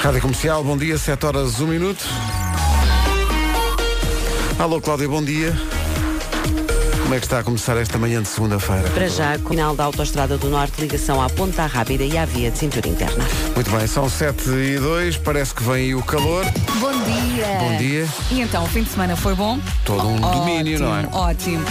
Rádio Comercial, bom dia, 7 horas 1 minuto. Alô Cláudia, bom dia. Como é que está a começar esta manhã de segunda-feira? Para já, final da Autostrada do Norte, ligação à Ponta Rábida e à via de cintura interna. Muito bem, são 7 e 2, parece que vem aí o calor. Bom dia. Bom dia. E então, o fim de semana foi bom? Todo um Ó- domínio, não é? Ótimo.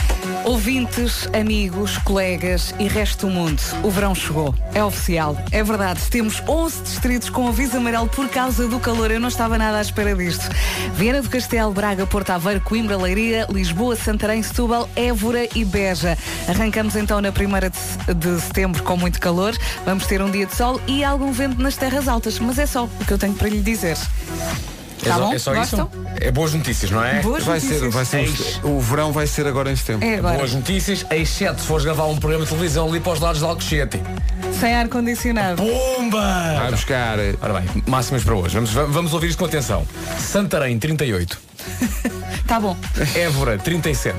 Ouvintes, amigos, colegas e resto do mundo, o verão chegou. É oficial, é verdade. Temos 11 distritos com aviso amarelo por causa do calor. Eu não estava nada à espera disto. Viana do Castelo, Braga, Porto Aveiro, Coimbra, Leiria, Lisboa, Santarém, Setúbal, Évora e Beja. Arrancamos então na primeira de, de setembro com muito calor. Vamos ter um dia de sol e algum vento nas terras altas, mas é só o que eu tenho para lhe dizer. é Tá só, bom? é só Gostam? isso? É boas notícias, não é? Boas Vai notícias. ser, vai ser. Seis. O verão vai ser agora em setembro. É agora. Boas notícias, exceto se fores gravar um programa de televisão ali para os lados de Alcochete. Sem ar-condicionado. Vai Bomba! buscar. eh, Ora bem, máximas para hoje. Vamos, vamos ouvir isto com atenção. Santarém, 38. Tá bom. Évora, 37.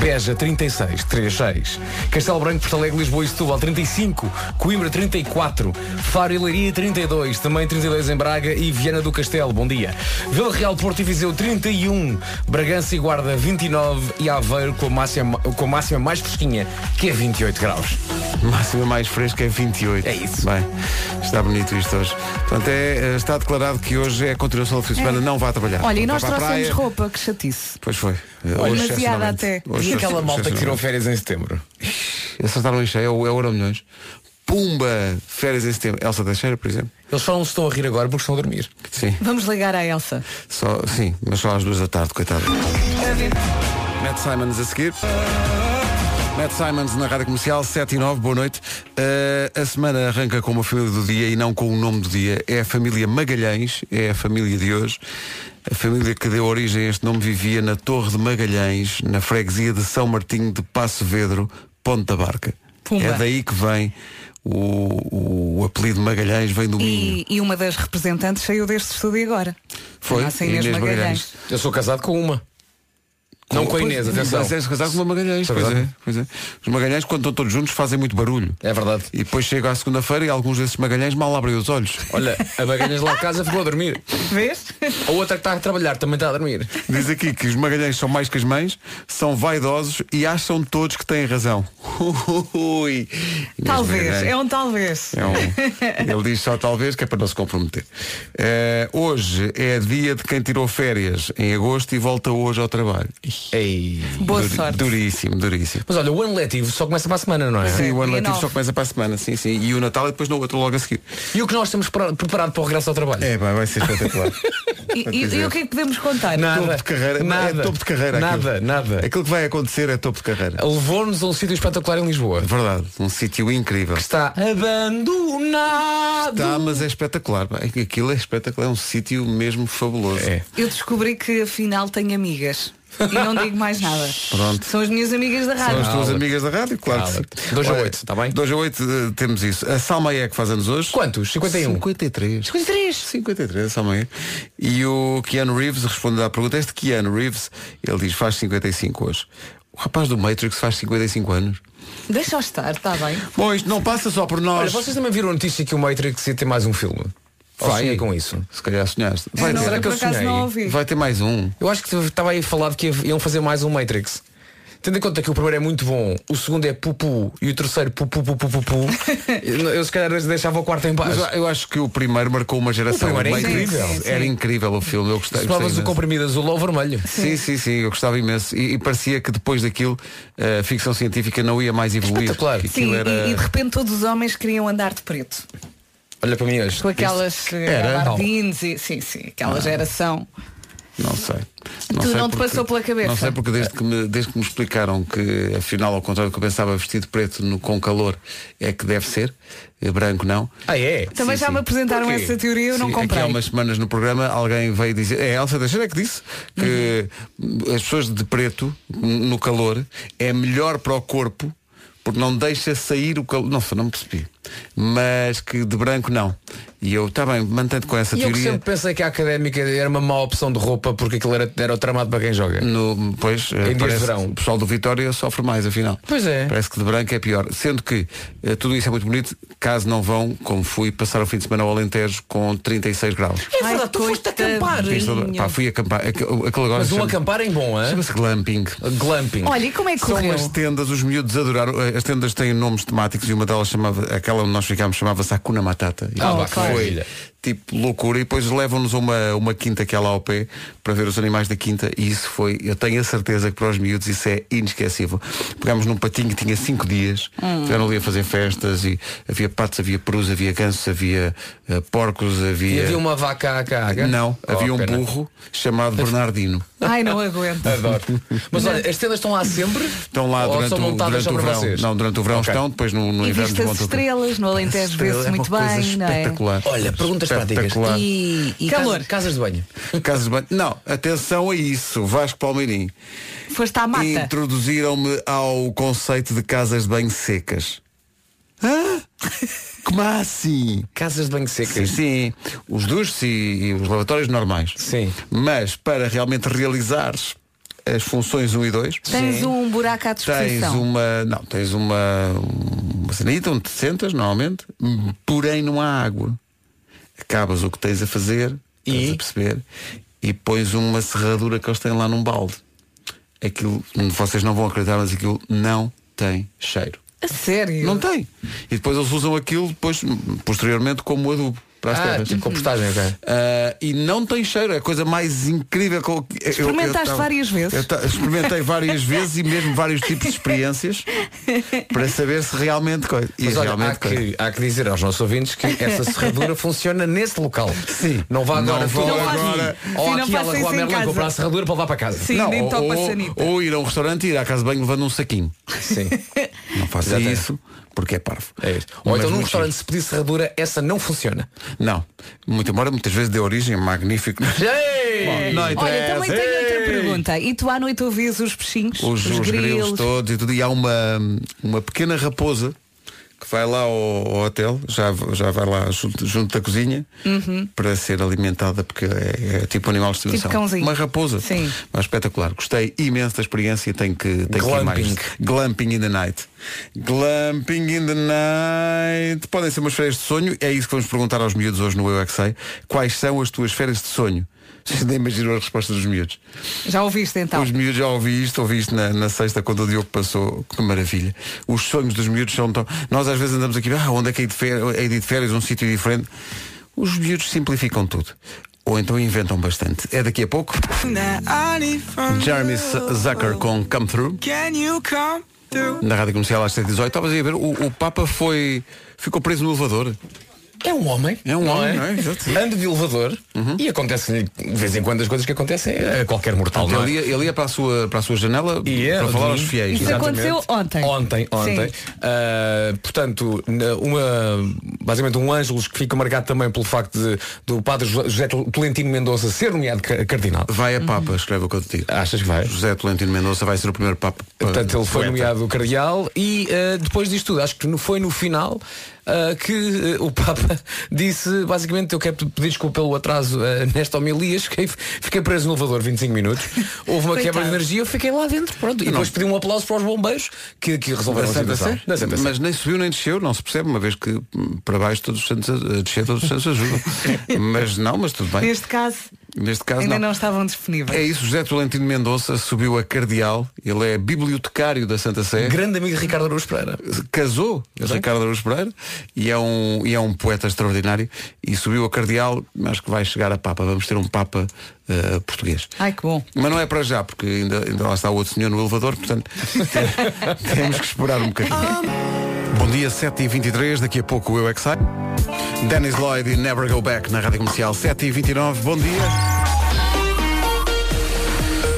Beja, 36, 36. Castelo Branco, Porto Alegre, Lisboa e Setúbal, 35. Coimbra, 34. Faro e Leiria, 32. Também 32 em Braga e Viana do Castelo. Bom dia. Vila Real, Porto e Viseu, 31. Bragança e Guarda, 29. E Aveiro, com a máxima, com a máxima mais fresquinha, que é 28 graus. Máxima mais fresca é 28. É isso. Bem, está bonito isto hoje. Portanto, é, eh, está declarado que hoje é a continuação do fim de semana, não vá trabalhar. Olha, e Não nós vá para a trouxemos praia. roupa, que chatice. Pois foi. Eh, Olha, hoje, demasiada excepcionalmente. até. Hoje, E aquela excepcionalmente. malta que tirou férias em setembro? Acertaram em cheio, é o, é o Euro Milhões. Pumba! Férias em setembro. Elsa Teixeira, por exemplo. Eles só não se estão a rir agora porque estão a dormir. Sim, Vamos ligar à Elsa. só, sim, mas só às duas da tarde, coitado. Matt Simons a seguir. Matt Simons na Rádio Comercial, 7 e 9, boa noite. Uh, a semana arranca com uma família do dia e não com o nome do dia. É a família Magalhães, é a família de hoje. A família que deu origem a este nome vivia na Torre de Magalhães, na freguesia de São Martinho de Passo Vedro, Ponte da Barca. Pumba. É daí que vem o, o apelido Magalhães, vem do Minho. E, e uma das representantes saiu deste estúdio agora. Foi A nossa Inês assim Magalhães. Eu sou casado com uma. Não com a Inês, atenção. Mas és casado com uma Magalhães, Sou pois casado. é, pois é. Os Magalhães, quando estão todos juntos, fazem muito barulho. É verdade. E depois chega à segunda-feira e alguns desses magalhães mal abrem os olhos. Olha, a Magalhães lá de casa ficou a dormir. Vês? A outra que está a trabalhar também está a dormir. Diz aqui que os magalhães são mais que as mães, são vaidosos e acham todos que têm razão. Ui. Inês Talvez. Magalhães. É um talvez. É um- Ele diz só talvez que é para não se comprometer. Eh, hoje é dia de quem tirou férias em agosto e volta hoje ao trabalho. Ei. Boa Duri- sorte. Duríssimo, duríssimo. Mas olha, o ano letivo só começa para a semana, não é? Sim, É, o ano dia letivo nove. só começa para a semana, sim, sim. E o Natal e depois no outro logo a seguir. E o que nós temos pra- preparado para o regresso ao trabalho? É, vai ser espetacular. E, e- e o que é que podemos contar? topo de carreira. nada, é topo de carreira Nada, aquilo. nada. Aquilo que vai acontecer é topo de carreira. Levou-nos a um sítio espetacular em Lisboa. É Verdade, um sítio incrível. Que está abandonado. Tá, mas é espetacular. pá. Aquilo é espetacular, é um sítio mesmo fabuloso. É. Eu descobri que afinal tenho amigas. E não digo mais nada. Pronto. São as minhas amigas da São rádio. as tuas Cala-te. amigas da rádio, claro que Cala-te. sim. Dois a Olha, oito, está bem? 2 a 8 temos isso. A Salmaé que faz-nos hoje. Quantos? 51? 53. 53. 53, Salmaé. E o Keanu Reeves responde à pergunta. Este Keanu Reeves, ele diz, faz 55 hoje. O rapaz do Matrix faz 55 anos. Deixa-o estar, está bem. Bom, isto não passa só por Olha, nós. vocês também viram a notícia que o Matrix ia ter mais um filme? Ou sonhei com isso? Se calhar sonhaste. Vai, é Eu É, não, será ter, que por eu acaso sonhei? não ouvi. vai ter mais um. Eu acho que estava aí falado que iam fazer mais um Matrix. Tendo em conta que o primeiro é muito bom, o segundo é pupu e o terceiro pupu pupu pupu, eu, eu se calhar deixava o quarto em Mas paz. eu- eu acho que o primeiro marcou uma geração. O primeiro é Matrix incrível. Sim, sim. Era incrível o filme, eu gostei. gostei Se provas o imenso. comprimido azul ou vermelho. Sim, sim, sim, eu gostava imenso. E, e parecia que depois daquilo a ficção científica não ia mais evoluir. Espetacular. Que aquilo Sim, e- era... e, de repente todos os homens queriam andar de preto. Olha para mim hoje. Com aquelas Era? gabardines e sim, sim, aquela geração. Não sei. Tu sei não te porque- passou pela cabeça? Não sei porque desde que, me, desde que me explicaram que afinal, ao contrário do que eu pensava, vestido preto no- com calor é que deve ser, eh, branco não. Ah é? Também já me apresentaram Porquê? essa teoria e eu não Sim, comprei. Aqui há umas semanas no programa alguém veio dizer, é a Elsa Teixeira que disse que Uhum. as pessoas de preto, n- no calor, é melhor para o corpo porque não deixa sair o calor. Nossa, não me percebi. mas que de branco não. E eu, está bem, mantendo com essa E eu que teoria. sempre pensei que a académica era uma má opção de roupa porque aquilo era, era o tramado para quem joga. No, pois, eh, dias de parece verão. que o pessoal do Vitória sofre mais, afinal. Pois é. Parece que de branco é pior. Sendo que eh, tudo isso é muito bonito, caso não vão, como fui, passar o fim de semana ao Alentejo com 36 graus. É Ai, verdade, tu foste acampar. Pista do- pá, fui acampar. Aqu- Aquele agora Mas um chama- acampar em bom, hã? chama-se glamping. Glamping. Olha, e como é que Hum. São correu? as tendas, os miúdos adoraram. eh, As tendas têm nomes temáticos e uma delas chamava, aquela onde nós ficámos chamava-se Hakuna Matata. E Ah, lá bah, que maravilha. foi tipo loucura. E depois levam-nos a uma, uma quinta que é lá ao pé para ver os animais da quinta e isso foi, eu tenho a certeza que para os miúdos isso é inesquecível. Pegámos num patinho que tinha cinco dias, Hum. ficaram ali a fazer festas e havia patos, havia perus, havia gansos, havia eh, porcos, E havia. havia uma vaca à caga? Não, Oh, havia um pena. burro chamado Bernardino. Ai, não aguento. Adoro. Mas olha, as tendas estão lá sempre? Estão lá Ou durante são o, durante montadas só o para verão. vocês? Não, durante o verão Ok. estão, depois no, no E inverno viste as desmontam tudo. estrelas, no Alentejo Estrela vê-se é muito uma coisa bem, não é? tá- espetacular. Olha, perguntas práticas. Espetacular. E, e Calor. casa- casas de banho. Casas de banho. Não, atenção a isso, Vasco Palmeirim. Foste à mata. Introduziram-me ao conceito de casas de banho secas. Hã? Como assim? Casas de banho Sim, secas. sim. Os duches e, e os lavatórios normais. Sim. Mas para realmente realizares as funções 1 e 2, Tens um buraco à tens um- disposição. uma. Não, tens uma. uma sanita onde te sentas normalmente, porém não há água. Acabas o que tens a fazer, E? estás a perceber, e pões uma serradura que eles têm lá num balde. Aquilo, vocês não vão acreditar, mas aquilo não tem cheiro. A Sério? Não tem. E depois eles usam aquilo depois, posteriormente como adubo para as Ah, terras. tipo compostagem, ok. Ah, e não tem cheiro, é a coisa mais incrível que eu, eu- Experimentaste eu tava- várias vezes. Eu ta- experimentei várias vezes e mesmo vários tipos de experiências para saber se realmente coisa. E Mas olha, há realmente coisa. que, há que dizer aos nossos ouvintes que essa serradura funciona nesse local. Sim. Não vá agora Não tudo vão aqui. agora. Ou Sim, não aqui façam à Lagoa isso em Merlin casa. comprar a serradura para levar para casa. Sim, nem ou, topa a ou, sanita. ou ir a um restaurante e ir à casa de banho levando um saquinho. Sim. Não faça Exatamente. isso porque é parvo. É isto. Ou Mas então num muito restaurante se pedir serradura, essa não funciona. giro. Não. Muito embora muitas vezes dê origem a magnífico. Ei! Não então- Olha, também interessa. tenho outra Ei! pergunta. E tu à noite ouvias os peixinhos? os, os grilos todos e tudo. E há uma, uma pequena raposa que vai lá ao, ao hotel, já, já vai lá junto, junto da cozinha para ser alimentada, porque é, é tipo animal de estimação. Tipo cãozinho. uma raposa. Sim. Mas espetacular. Gostei imenso da experiência e tenho que, tenho que ir mais. Glamping. Glamping in the night. Glamping in the night. Podem ser umas férias de sonho. É isso que vamos perguntar aos miúdos hoje no Eu é que Sei. Quais são as tuas férias de sonho? Vocês nem imaginam a resposta dos miúdos. Já ouviste então? Os miúdos já ouvi isto, ouvi isto na, na sexta quando o Diogo passou, que maravilha. Os sonhos dos miúdos são tão. Nós às vezes andamos aqui, ah, onde é que é de férias, é de férias um sítio diferente. Os miúdos simplificam tudo. Ou então inventam bastante. É daqui a pouco. Jeremy Z- Zucker com Come Through. Na Rádio Comercial às 7h18. Estavas aí a ver, o, o Papa foi. ficou preso no elevador. É um homem. É um homem, não é? Exato. Uhum. Anda de elevador e acontece de vez em quando as coisas que acontecem a qualquer mortal. não é? Ele ia, ele ia para, a sua, para a sua janela Ia, para falar sim. aos fiéis. Isso não é? aconteceu ontem. Ontem, ontem. Sim. Ah, portanto, na- uma, basicamente um Ângelos que fica marcado também pelo facto de, do padre Jo- José Tolentino Mendonça ser nomeado ca- cardinal. Vai a Papa, escreve o que eu te digo. Achas que vai? José Tolentino Mendonça vai ser o primeiro Papa. Portanto, ele foi poeta. nomeado cardeal e ah, depois disto tudo, acho que no- foi no final ah, que ah, o Papa disse, basicamente, eu quero te pedir desculpa pelo atraso ah, nesta homilia, fiquei, fiquei preso no elevador 25 minutos, houve uma quebra de energia, eu fiquei lá dentro, pronto, e depois pedi um aplauso para os bombeiros que, que Da resolveram a Santa situação. Sé? Da Santa Sé. Mas nem subiu nem desceu, não se percebe, uma vez que hum, para baixo todos os santos, a a descer todos os santos ajudam. mas não, mas tudo bem. Neste caso, Neste caso ainda não. não estavam É disponíveis. isso, José Tolentino Mendonça subiu a cardeal, ele é bibliotecário da Santa Sé. Grande amigo de Ricardo Araújo Pereira. casou Ricardo Araújo Pereira e é, um, e é um poeta extraordinário e subiu a cardeal, acho que vai chegar a Papa, vamos ter um Papa eh, português. Ai, que bom. Mas não é para já, porque ainda, ainda lá está o outro senhor no elevador, portanto tem- temos que esperar um bocadinho. Bom dia, 7h23, daqui a pouco o Eu é que Sei. Dennis Lloyd e Never Go Back na Rádio Comercial 7h29, bom dia.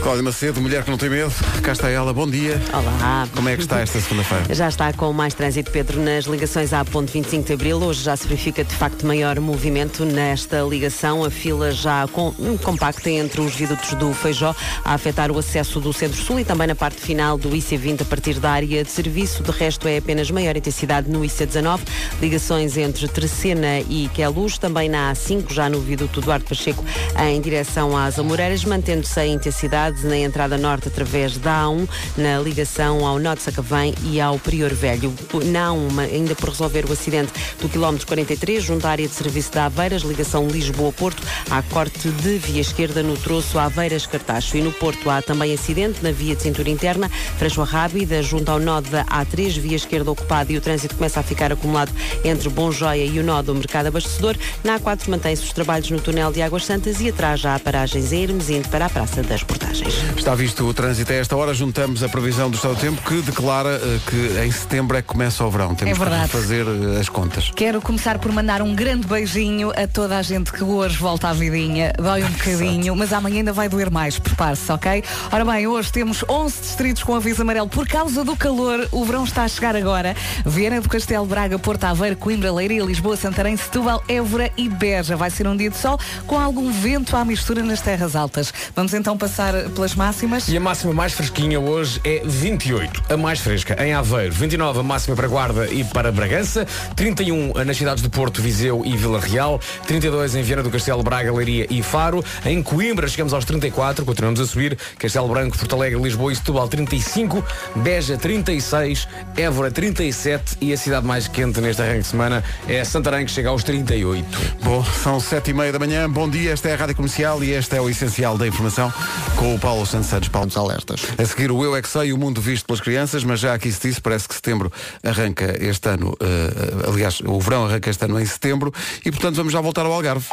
Cláudia Macedo, mulher que não tem medo. Cá está ela, bom dia. Olá. Como é que está esta segunda-feira? Já está com mais trânsito, Pedro, nas ligações à ponte 25 de Abril. Hoje já se verifica, de facto, maior movimento nesta ligação. A fila já com- hum, compacta entre os viadutos do Feijó a afetar o acesso do Centro-Sul e também na parte final do IC20 a partir da área de serviço. De resto, é apenas maior intensidade no IC19. Ligações entre Tercena e Queluz. Também na A5, já no viaduto Duarte Pacheco, em direção às Amoreiras, mantendo-se a intensidade na entrada norte através da A1, na ligação ao Norte Sacavém e ao Prior Velho. Na A1, ainda por resolver o acidente do quilómetro 43, junto à área de serviço da Aveiras, ligação Lisboa-Porto, há corte de via esquerda no troço Aveiras-Cartacho. E no Porto há também acidente na via de cintura interna, Freixo Rábida, junto ao nó da A3, via esquerda ocupada e o trânsito começa a ficar acumulado entre Bom Joia e o nó do Mercado Abastecedor. Na A4 mantém-se os trabalhos no túnel de Águas Santas e atrás já há paragens em Hermes, indo para a Praça das Portagens. Está visto o trânsito a esta hora, juntamos a previsão do estado do tempo que declara eh, que em setembro é que começa o verão. Temos É verdade. que fazer eh, as contas. Quero começar por mandar um grande beijinho a toda a gente que hoje volta à vidinha. Dói um bocadinho, mas amanhã ainda vai doer mais. Prepare-se, ok? Ora bem, hoje temos 11 distritos com aviso amarelo por causa do calor. O verão está a chegar agora. Viana do Castelo, Braga, Porto Aveiro, Coimbra, Leiria, Lisboa, Santarém, Setúbal, Évora e Beja. Vai ser um dia de sol com algum vento à mistura nas terras altas. Vamos então passar pelas máximas. E a máxima mais fresquinha hoje é 28, a mais fresca, em Aveiro. 29 a máxima para Guarda e para Bragança. 31 nas cidades de Porto, Viseu e Vila Real. 32 em Viana do Castelo, Braga, Leiria e Faro. Em Coimbra chegamos aos 34, continuamos a subir. Castelo Branco, Porto Alegre, Lisboa e Setúbal 35. Beja 36, Évora 37 e a cidade mais quente neste arranque de semana é Santarém, que chega aos 38. Bom, são sete e meia da manhã. Bom dia, esta é a Rádio Comercial e este é o Essencial da Informação com o Paulo Santos Santos. Paulo Alertas. A seguir o Eu É Que Sei, o mundo visto pelas crianças, mas já aqui se disse, parece que setembro arranca este ano, eh, aliás, o verão arranca este ano em setembro e, portanto, vamos já voltar ao Algarve.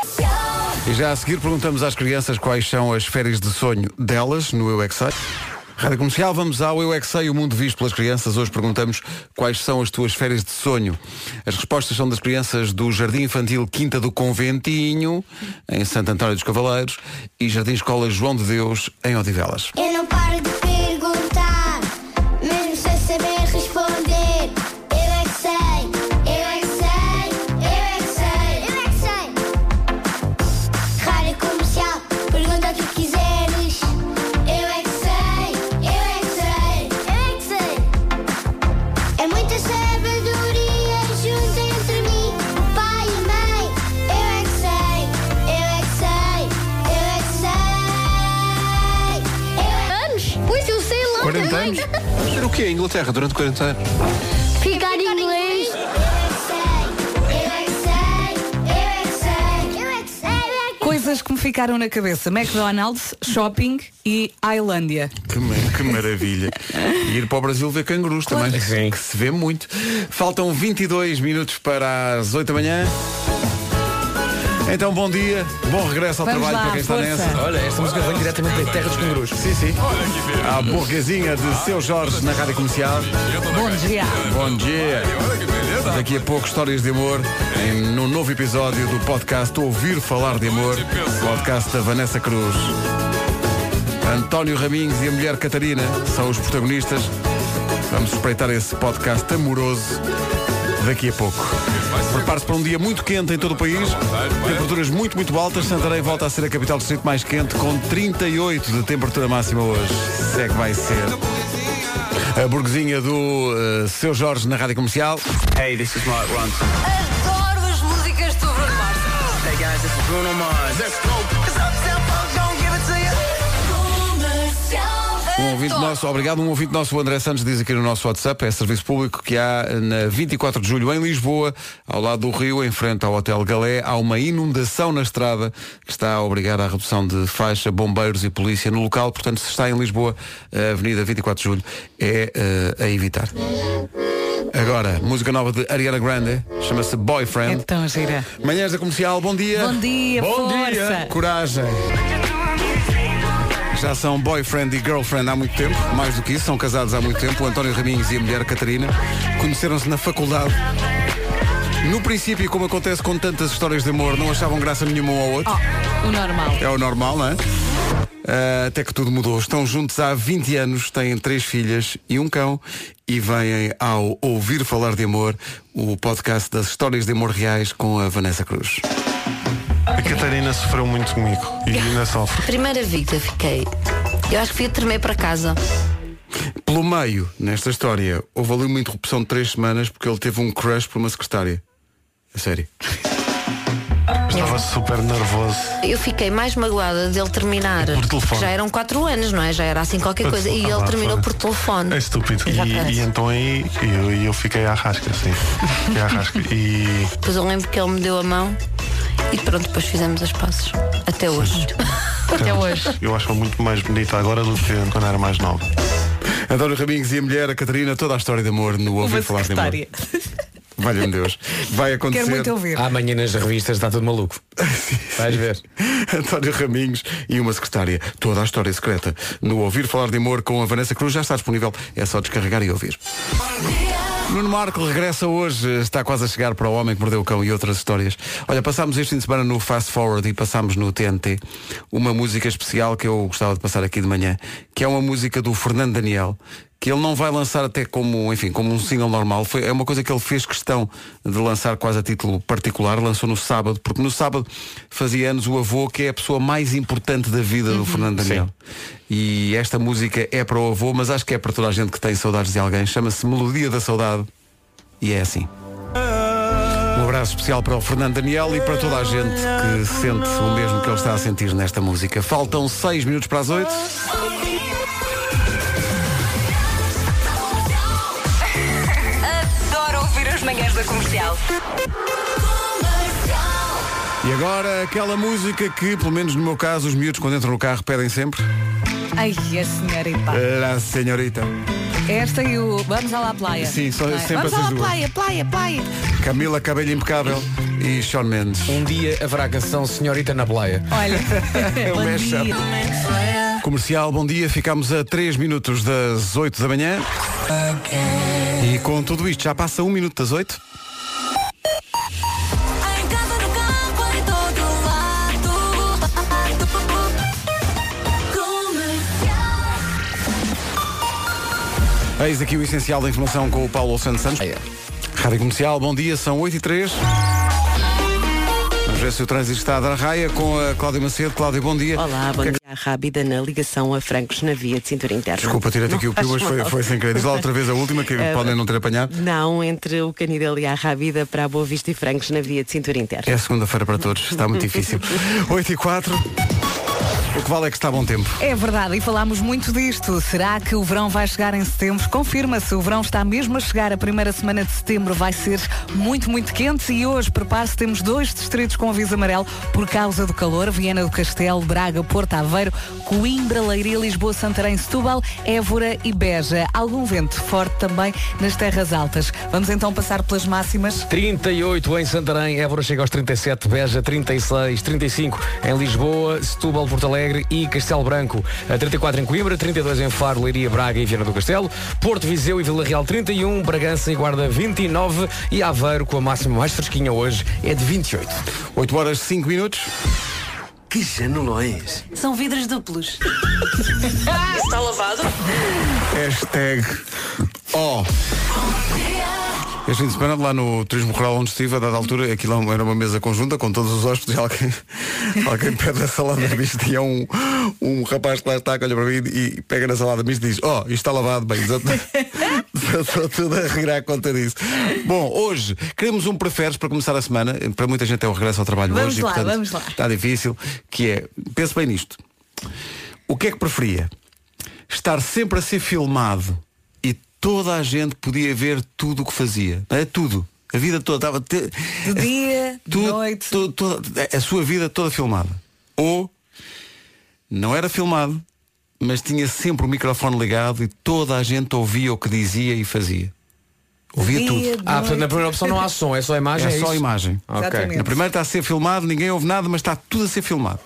E já a seguir perguntamos às crianças quais são as férias de sonho delas no Eu É Que Sei. Rádio Comercial, vamos ao Eu É Que Sei, o mundo visto pelas crianças. Hoje perguntamos quais são as tuas férias de sonho. As respostas são das crianças do Jardim Infantil Quinta do Conventinho, em Santo António dos Cavaleiros, e Jardim Escola João de Deus, em Odivelas. Eu não paro de perguntar, mesmo sem saber responder. Eu é que sei, eu é que sei, eu é que sei, eu é que sei. Rádio comercial, pergunta o que quiseres. Eu é que sei, eu é que sei, eu é que sei. É muita sabedoria junto entre mim, o pai e a mãe. Eu é que sei, eu é que sei, eu é que é sei. Anos? Pois eu é sei lá 40 anos? Ser o quê? A Inglaterra durante 40 anos? Ficar inglês. é é Coisas que me ficaram na cabeça. McDonald's, shopping e Ailândia. Que, ma- que maravilha. E ir para o Brasil ver cangurus também, Sim. que se vê muito. Faltam 22 minutos para as 8 da manhã. Então, bom dia, bom regresso ao Vamos trabalho lá, para quem está força. nessa. Olha, esta música vem diretamente da Terra dos Cangurus. Sim, sim. A burguesinha de Seu Jorge na Rádio Comercial. Bom dia. Bom dia. Daqui a pouco, histórias de amor em, no novo episódio do podcast Ouvir Falar de Amor, podcast da Vanessa Cruz. António Raminhos e a mulher Catarina são os protagonistas. Vamos espreitar esse podcast amoroso daqui a pouco. Prepare-se para um dia muito quente em todo o país. Temperaturas muito, muito altas. Santarém volta a ser a capital do distrito mais quente, com 38 de temperatura máxima hoje. Se é que vai ser. A burguesinha do eh, Seu Jorge na Rádio Comercial. Um Hey, this is Mark Ronson. Adoro as músicas do Bruno Mars. Hey guys, this is Bruno Mars. Let's go. Cause uptown funk don't give it to you. Um ouvinte Adoro. nosso, obrigado. Um ouvinte nosso, o André Santos, diz aqui no nosso WhatsApp, é serviço público que há na 24 de julho em Lisboa, ao lado do Rio, em frente ao Hotel Galé, há uma inundação na estrada que está a obrigar à redução de faixa, bombeiros e polícia no local. Portanto, se está em Lisboa, a Avenida 24 de Julho é eh, a evitar. Agora, música nova de Ariana Grande, chama-se É Boyfriend. tão gira. Manhãs da Comercial, bom dia. Bom dia, Bom força. dia. Coragem. Já são boyfriend e girlfriend há muito tempo, mais do que isso, são casados há muito tempo. O António Raminhos e a mulher Catarina conheceram-se na faculdade. No princípio, como acontece com tantas histórias de amor, não achavam graça nenhuma um ao outro. Oh, o normal. É o normal, não é? Ah, até que tudo mudou. Estão juntos há 20 anos, têm três filhas e um cão e vêm ao Ouvir Falar de Amor, o podcast das histórias de amor reais com a Vanessa Cruz. A Catarina sofreu muito comigo e ainda sofre. Primeira vida fiquei. Eu acho que fui a tremer para casa. Pelo meio, nesta história, houve ali uma interrupção de três semanas porque ele teve um crush por uma secretária. A sério. Estava super nervoso. Eu fiquei mais magoada dele terminar. Por telefone. Já eram 4 anos, não é? Já era assim qualquer coisa. E Ah, ele pá, terminou foi. por telefone. É estúpido. E, Exatamente. e então aí eu, e eu fiquei à rasca, sim. Fiquei à rasca. E Depois eu lembro que ele me deu a mão e pronto, depois fizemos as passes. Até hoje. Até hoje. eu acho-a muito mais bonita agora do que quando era mais nova. António Raminhos e a mulher, a Catarina, toda a história de amor no Ouvir Uma Falar de Amor. secretária. Valha-me Deus. Vai acontecer. Quero muito ouvir. Amanhã nas revistas está tudo maluco. Vais ver. António Raminhos e uma secretária. Toda a história secreta. No Ouvir Falar de Amor com a Vanessa Cruz já está disponível. É só descarregar e ouvir. Nuno Marco regressa hoje. Está quase a chegar para o Homem que Mordeu o Cão e outras histórias. Olha, passámos este fim de semana no Fast Forward e passámos no TNT uma música especial que eu gostava de passar aqui de manhã, que é uma música do Fernando Daniel, que ele não vai lançar até como, enfim, como um single normal. Foi, é uma coisa que ele fez questão de lançar quase a título particular, lançou no sábado, porque no sábado fazia anos o avô, que é a pessoa mais importante da vida do Fernando Daniel. E esta música é para o avô, mas acho que é para toda a gente que tem saudades de alguém. Chama-se Melodia da Saudade e é assim. Um abraço especial para o Fernando Daniel e para toda a gente que sente o mesmo que ele está a sentir nesta música. Faltam 6 minutos para as 8. Adoro ouvir as manhãs da comercial. E agora aquela música que, pelo menos no meu caso, os miúdos quando entram no carro pedem sempre. Ai, a senhora e pá. La senhorita. Esta e o Vamos à La Playa. É. Sim, só- Não é? sempre Vamos essas à La duas. Playa, Playa, Playa. Camila Cabelho Impecável e Sean Mendes. Um dia haverá a canção Senhorita na Playa. Olha, É o bom mashup. dia. Comercial, bom dia. Ficamos a 3 minutos das 8 da manhã. E com tudo isto, já passa 1 minuto das 8. Em casa, no campo, em todo lado. Eis aqui o essencial da informação com o Paulo Santos Santos. Rádio Comercial, bom dia, são 8 e 3. Vamos ver se o trânsito está a dar raia com a Cláudia Macedo. Cláudia, bom dia. Olá, bom Que- dia. Rábida na ligação a Francos na via de cintura interna. Desculpa, tirei-te aqui o pio, mas foi, foi sem querer. Diz lá outra vez a última, que Eh, podem não ter apanhado. Não, entre o Canidelo e a Rábida para a Boa Vista e Francos na via de cintura interna. É segunda-feira para todos, está muito difícil. 8 e 4. O que vale é que está bom tempo. É verdade, e falámos muito disto. Será que o verão vai chegar em setembro? Confirma-se, o verão está mesmo a chegar. A primeira semana de setembro vai ser muito, muito quente. E hoje, prepare-se, temos dois distritos com aviso amarelo por causa do calor. Viana do Castelo, Braga, Porto Aveiro, Coimbra, Leiria, Lisboa, Santarém, Setúbal, Évora e Beja. Algum vento forte também nas terras altas. Vamos então passar pelas máximas. 38 em Santarém, Évora chega aos 37, Beja 36, 35 em Lisboa, Setúbal, Porto Alegre e Castelo Branco, a 34 em Coimbra, 32 em Faro, Leiria, Braga e Viana do Castelo, Porto Viseu e Vila Real 31, Bragança e Guarda 29 e Aveiro com a máxima mais fresquinha hoje é de 28. 8 horas 5 minutos. Que janelões. São vidros duplos. Hashtag O. Este fim de semana, lá no Turismo Rural onde estive, a dada altura, aquilo era uma mesa conjunta com todos os hóspedes e alguém, alguém pede a salada mista e há um, um rapaz que lá está, que olha para mim e pega na salada mista e diz, oh, isto está lavado, bem, estou estou tudo a rir à conta disso. Bom, hoje queremos um preferes para começar a semana, para muita gente é o regresso ao trabalho Vamos hoje lá, e portanto vamos lá. está difícil, que é, pense bem nisto. O que é que preferia? Estar sempre a ser filmado e toda a gente podia ver tudo o que fazia. É tudo. A vida toda estava. Te... De dia, de Tu- noite. tu- toda- a sua vida toda filmada. Ou não era filmado, mas tinha sempre o microfone ligado e toda a gente ouvia o que dizia e fazia. Ouvia Dia, tudo. de Ah, portanto na noite. primeira opção não há som, é só imagem. É só isso? imagem. Ok. Exatamente. Na primeira está a ser filmado, ninguém ouve nada, mas está tudo a ser filmado.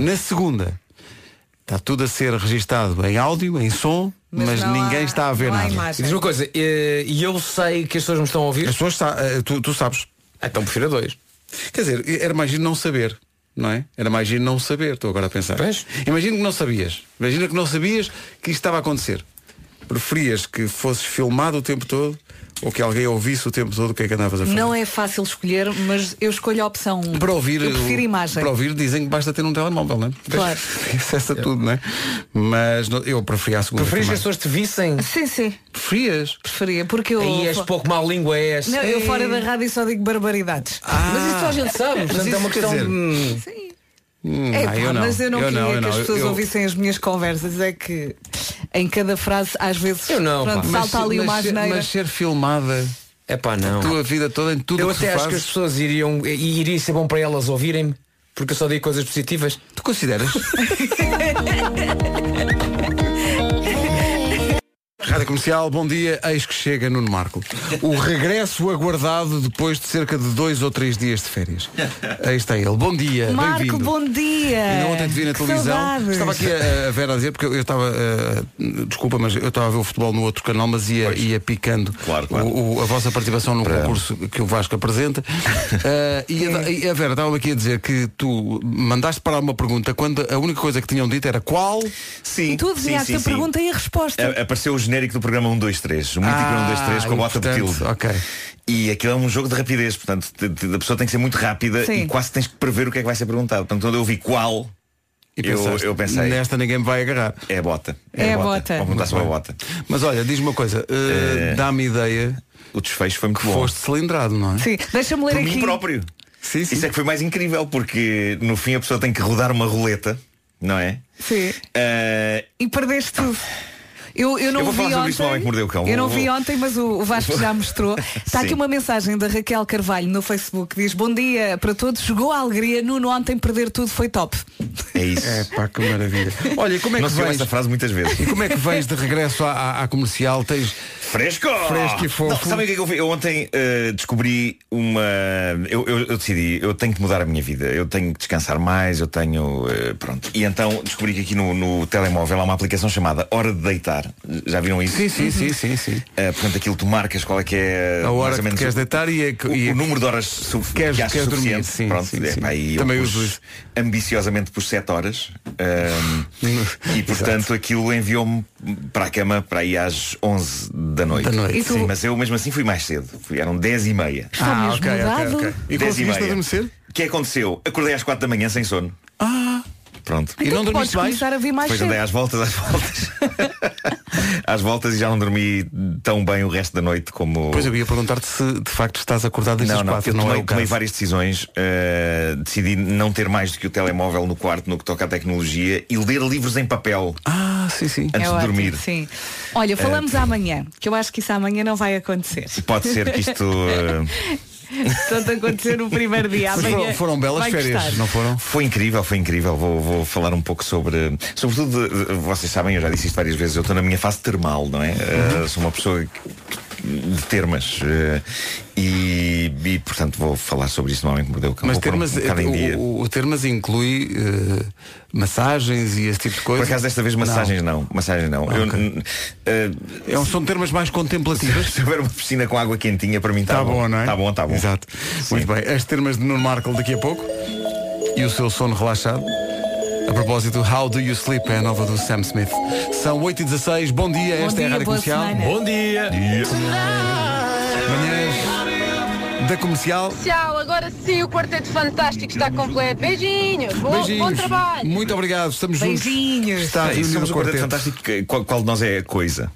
Na segunda, está tudo a ser registado em áudio, em som, mas, não ninguém há- está a ver não há nada. imagem. E diz uma coisa, eh, e eu sei que as pessoas me estão a As ouvir, pessoas, sa- eh, tu, tu sabes. então prefiro a dois. Quer dizer, era mais giro não saber. não é? Era mais giro não saber, estou agora a pensar. Pois. Imagina que não sabias. Imagina que não sabias que isto estava a acontecer. Preferias que fosses filmado o tempo todo ou que alguém ouvisse o tempo todo o que é que andavas a fazer? Não é fácil escolher, mas eu escolho a opção 1. Para ouvir, Eu prefiro o- imagem. Para ouvir dizem que basta ter um telemóvel, não é? Claro. Tens Acesso a tudo, não é? Mas não- eu preferia a segunda. Preferias que as também. pessoas te vissem? Sim, sim, Preferias? preferia, porque eu. Aí és pouco mau língua, é és. Não, eu fora da rádio só digo barbaridade. Ah, Mas isso só a gente sabe, portanto isso é uma quer questão dizer- de. Hum, É, ah, pá, mas eu não queria eu que as não, pessoas eu- ouvissem as minhas conversas. É que em cada frase, às vezes, Eu não, pronto, pá. Mas- salta ali mas uma ser- asneira. Mas ser filmada É pá, não. a tua vida toda em tudo Eu o que tu até acho que as fazes. pessoas iriam. E iria ser bom para elas ouvirem-me, porque eu só digo coisas positivas. Tu consideras? Rádio Comercial, bom dia, eis que chega Nuno Marco. O regresso aguardado depois de cerca de dois ou três dias de férias. Aí está ele. Bom dia, Marco, bem-vindo. bom dia! Ainda ontem te vi na É, Que televisão. saudades. Estava aqui a, a Vera a dizer, porque eu eu estava, eh, desculpa, mas eu estava a ver o futebol no outro canal, mas ia, ia picando Claro, claro. o- o- a vossa participação no concurso que o Vasco apresenta. Eh, e, a, e a Vera estava aqui a dizer que tu mandaste parar uma pergunta quando a única coisa que tinham dito era qual. Sim. Tu adivinhaste sim, É, a sim, sim. pergunta e a resposta. A- Apareceu o genérico do programa 123, o mítico Ah, 123 com a bota importante, Betilde. ok. E aquilo é um jogo de rapidez, portanto, te- te- a pessoa tem que ser muito rápida Sim. e quase tens que prever o que é que vai ser perguntado. Portanto, quando eu vi qual, E Eu- pensaste, eu pensei. Nesta ninguém me vai agarrar. é a bota. É a bota. Vou perguntar sobre a bota. Mas olha, diz-me uma coisa, eh, Eh, dá-me ideia O desfecho foi muito que bom. foste cilindrado, não é? Sim, deixa-me ler Por aqui. mim próprio. Sim, sim. Isso é que foi mais incrível, porque no fim a pessoa tem que rodar uma roleta, não é? Sim. Ah, E perdeste tudo. Eu, eu não Eu vou vi falar sobre ontem. isto no Homem que Mordeu o Cão. Eu não Vou- vi vou- ontem, mas o, o Vasco já mostrou. Está aqui Sim. uma mensagem da Raquel Carvalho no Facebook. Diz: Bom dia para todos. Chegou a alegria. Nuno ontem perder tudo foi top. é isso. É pá, que maravilha. Olha, e como é não que se ouve vais? esta frase muitas vezes. E como é que vens de regresso à, à- à comercial? Tens. Fresco! Fresco e fofo. Não, sabem o que é que eu fiz? Eu ontem eh, descobri uma. Eu, eu- eu decidi, eu tenho que mudar a minha vida, eu tenho que descansar mais, eu tenho. eh, pronto. E então descobri que aqui no, no telemóvel há uma aplicação chamada Hora de Deitar. Já viram isso? Sim, sim, sim, sim, sim. Eh, portanto, aquilo tu marcas qual é que é A hora mais que ou te menos queres o- deitar e a que- o, e a- o número de horas su Queres- que achas queres dormir, suficiente. sim, Pronto, sim, é, sim. pá, e eu Também pus uso isso. ambiciosamente por 7 horas ehm, e portanto aquilo enviou-me para a cama para aí às 11 da noite, Da noite, Sim, E tu- mas eu mesmo assim fui mais cedo fui, eram 10 e meia Ah, Está mesmo mudado. Então E 10 e conseguiste meia. adormecer? o que aconteceu? acordei às 4 da manhã sem sono ah. pronto E não Então tu dormiste podes mais? começar a vir mais depois cedo. andei às voltas, às voltas. às voltas e já não dormi tão bem o resto da noite como. Pois eu ia perguntar-te se de facto estás acordado desde não, as não, quatro, eu não tomei, é o tomei caso. várias decisões. eh, decidi não ter mais do que o telemóvel no quarto no que toca à tecnologia e ler livros em papel Ah, sim, sim. antes de É ótimo, dormir. É. sim. Olha, falamos amanhã, que eu acho que isso amanhã não vai acontecer. Pode ser que isto. eh, Tanto acontecer no primeiro dia. Mas Amanhã foram, foram belas vai férias, gostar. não foram? Foi incrível, foi incrível. Vou, vou falar um pouco sobre. Sobretudo, de- de- vocês sabem, eu já disse isto várias vezes, eu estou na minha fase termal, não é? Uhum. Eh, sou uma pessoa que- de termas. eh, e, e, portanto, vou falar sobre isso no Homem que Mordeu o Cão. Mas Vou pôr termas, eh, um bocado em dia. o, o- o termas inclui eh, massagens e esse tipo de coisa. Por acaso, desta vez, massagens não. Massagens não. Eu, Ah, ok. n- eh, É um- são termas mais contemplativas. se houver uma piscina com água quentinha, para mim está Está bom, não é? Está Tá bom, está bom. Exato. Sim. Muito bem. As termas de Nuno Markle daqui a pouco. E o seu sono relaxado. A propósito, How Do You Sleep é a nova do Sam Smith. São 8h16, bom dia, Bom esta é a dia, Rádio boa Comercial. semana. Bom dia! Manhãs é da Comercial. Tchau, agora sim o quarteto fantástico está completo. Beijinhos, bom, Beijinhos. bom trabalho. Muito obrigado, estamos juntos. Beijinhos. Está Ah, e reunido somos o um quarteto é quarteto. fantástico. que- Qual, qual de nós é a coisa?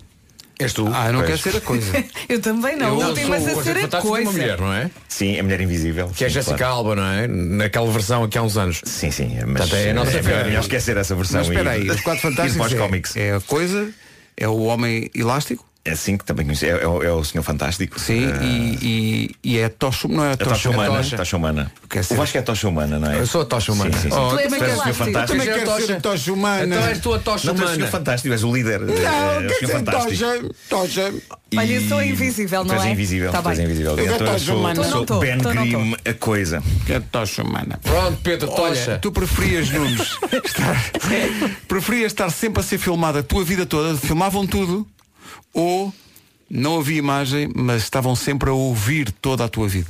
És tu? Ah, eu não Pois. quero ser a coisa. Eu também não. Eu Ontem, sou mas o a ser a Fantástico de coisa. uma mulher, não é? Sim, a mulher invisível. Que é Sim, Jessica claro. Alba, não é? Naquela versão aqui há uns anos. Sim, sim, mas Portanto, é a nossa é melhor, versão. melhor esquecer essa versão. Mas espera e- aí, os quatro E fantásticos os cómics. é, é a coisa, é o homem elástico, É assim que também conhece. É, é o- é o Senhor Fantástico. sim, Ah, e, e, e é a tocha, não é a a tocha tocha humana. tocha. Tocha humana. Quer ser- O Vasco é a tocha humana, Então, é não é? Eu sou a tocha humana. Sim, sim, sim. Oh, Tu também és quero o ser Senhor assim. Eu Fantástico. também quero ser a tocha humana. Então és tu a tocha Não, tu és É o Senhor humana. Fantástico, és o líder. Não, é o quer Senhor dizer, Fantástico. toja, toja. Olha, eu sou invisível, Tu não és é? invisível, Tá tu és bem. invisível. Eu Então tô eu tocha humana. Então sou, não sou tô, Ben então não tô. Grimm, a coisa. Que é tocha humana. Pronto, Pedro, Olha, tocha. tu preferias, Nunes, estar, preferias estar sempre a ser filmada a tua vida toda, filmavam tudo, ou não havia imagem, mas estavam sempre a ouvir toda a tua vida.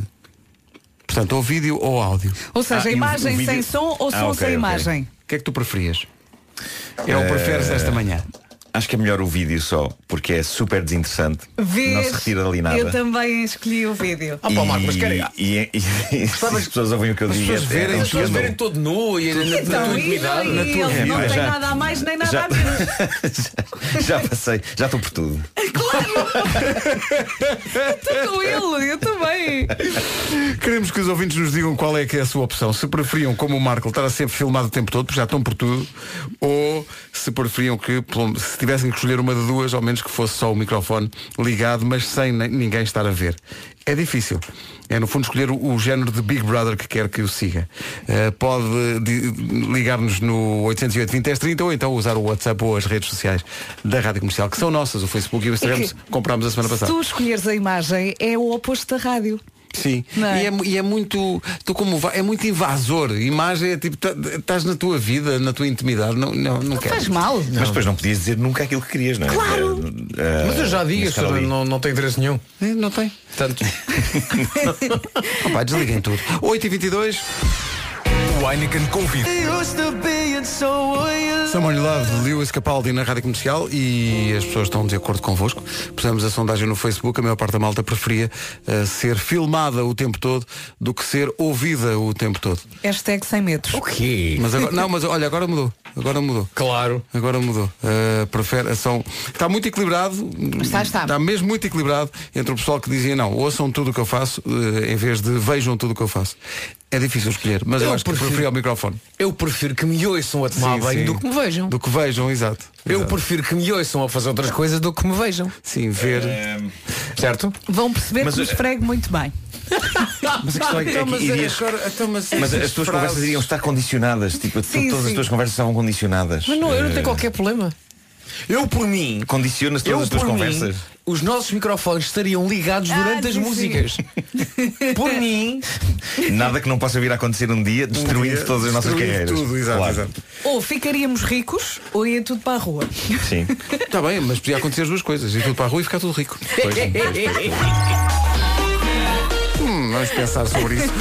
Portanto, ou vídeo ou áudio. Ou seja, Ah, e o- imagem o vídeo- sem som ou Ah, som ok, sem ok. imagem. O que é que tu preferias? É o preferes esta manhã. Acho que é melhor o vídeo só, porque é super desinteressante. Vês? Não se retira dali nada. Eu também escolhi o vídeo. E- é- E, e, e- as pessoas ouvem o que eu As digo. pessoas é- é- verem, é as pessoas um verem todo nu e na, na, na Então, tua e, intimidade. e tua ele não vida, tem já. nada a mais nem nada Já- a menos. Já passei, já estou por tudo. Estou com ele, eu também. Queremos que os ouvintes nos digam qual é que é a sua opção. Se preferiam, como o Marco, estar a ser filmado o tempo todo, porque já estão por tudo, ou se preferiam que, pelo- se tivessem que escolher uma de duas, ao menos que fosse só o microfone ligado, mas sem ne- ninguém estar a ver. É difícil. É, no fundo, escolher o, o género de Big Brother que quer que o siga. Eh, pode di- ligar-nos no 808-20-30 ou então usar o WhatsApp ou as redes sociais da Rádio Comercial, que são nossas, o Facebook e o Instagram, E que- comprámos a semana Se passada. tu escolheres a imagem, é o oposto da rádio. Sim, Não é? E, é, mu- e é muito tu como va- é muito invasor. Imagem é tipo, tá- estás na tua vida, na tua intimidade, não, não, não quero. faz mal. Mas depois não podias dizer nunca aquilo que querias, não é? Claro. Eh, eh, Mas eu já digo, tinhas isso que estar ali. não, não tem interesse nenhum. É, Não tem. Tanto. Opa, desliguem tudo. 8h22. O Heineken convida. Someone You Love, de Lewis Capaldi na Rádio Comercial e as pessoas estão de acordo convosco. Pusemos a sondagem no Facebook, a maior parte da malta preferia eh, ser filmada o tempo todo do que ser ouvida o tempo todo. Hashtag sem metros. O quê? Mas agora, não, mas olha, agora mudou. Agora mudou. Claro. Agora mudou. Uh, prefere, são, está muito equilibrado. Está, está. mesmo muito equilibrado entre o pessoal que dizia não, ouçam tudo o que eu faço, uh, em vez de vejam tudo o que eu faço. É difícil escolher, mas eu, Eu acho que prefiro- preferi ao microfone. Eu prefiro que me ouçam a tomar Sim, banho sim. do que me vejam. Do que vejam, exato. Eu Exato. prefiro que me ouçam a fazer outras coisas do que me vejam. Sim, ver. Certo? Vão perceber Mas, que me eh, esfrego muito bem. Mas a questão é que- é que irias- Mas as tuas conversas um iriam estar condicionadas, tipo, tu- Sim, todas as sim. tuas conversas estavam condicionadas. Mas não, eu não Eh, tenho qualquer problema. Eu por mim. Condicionas todas as eu tuas por conversas. mim. Os nossos microfones estariam ligados durante Ah, as sim, músicas. por mim. Nada que não possa vir a acontecer um dia, destruindo todas as nossas Destruir carreiras. Tudo, exato, Claro. exato. Ou ficaríamos ricos ou ia tudo para a rua. Sim. Está Tá bem, mas podia acontecer as duas coisas. Ir tudo para a rua e ficar tudo rico. Hum, vamos pensar sobre isso.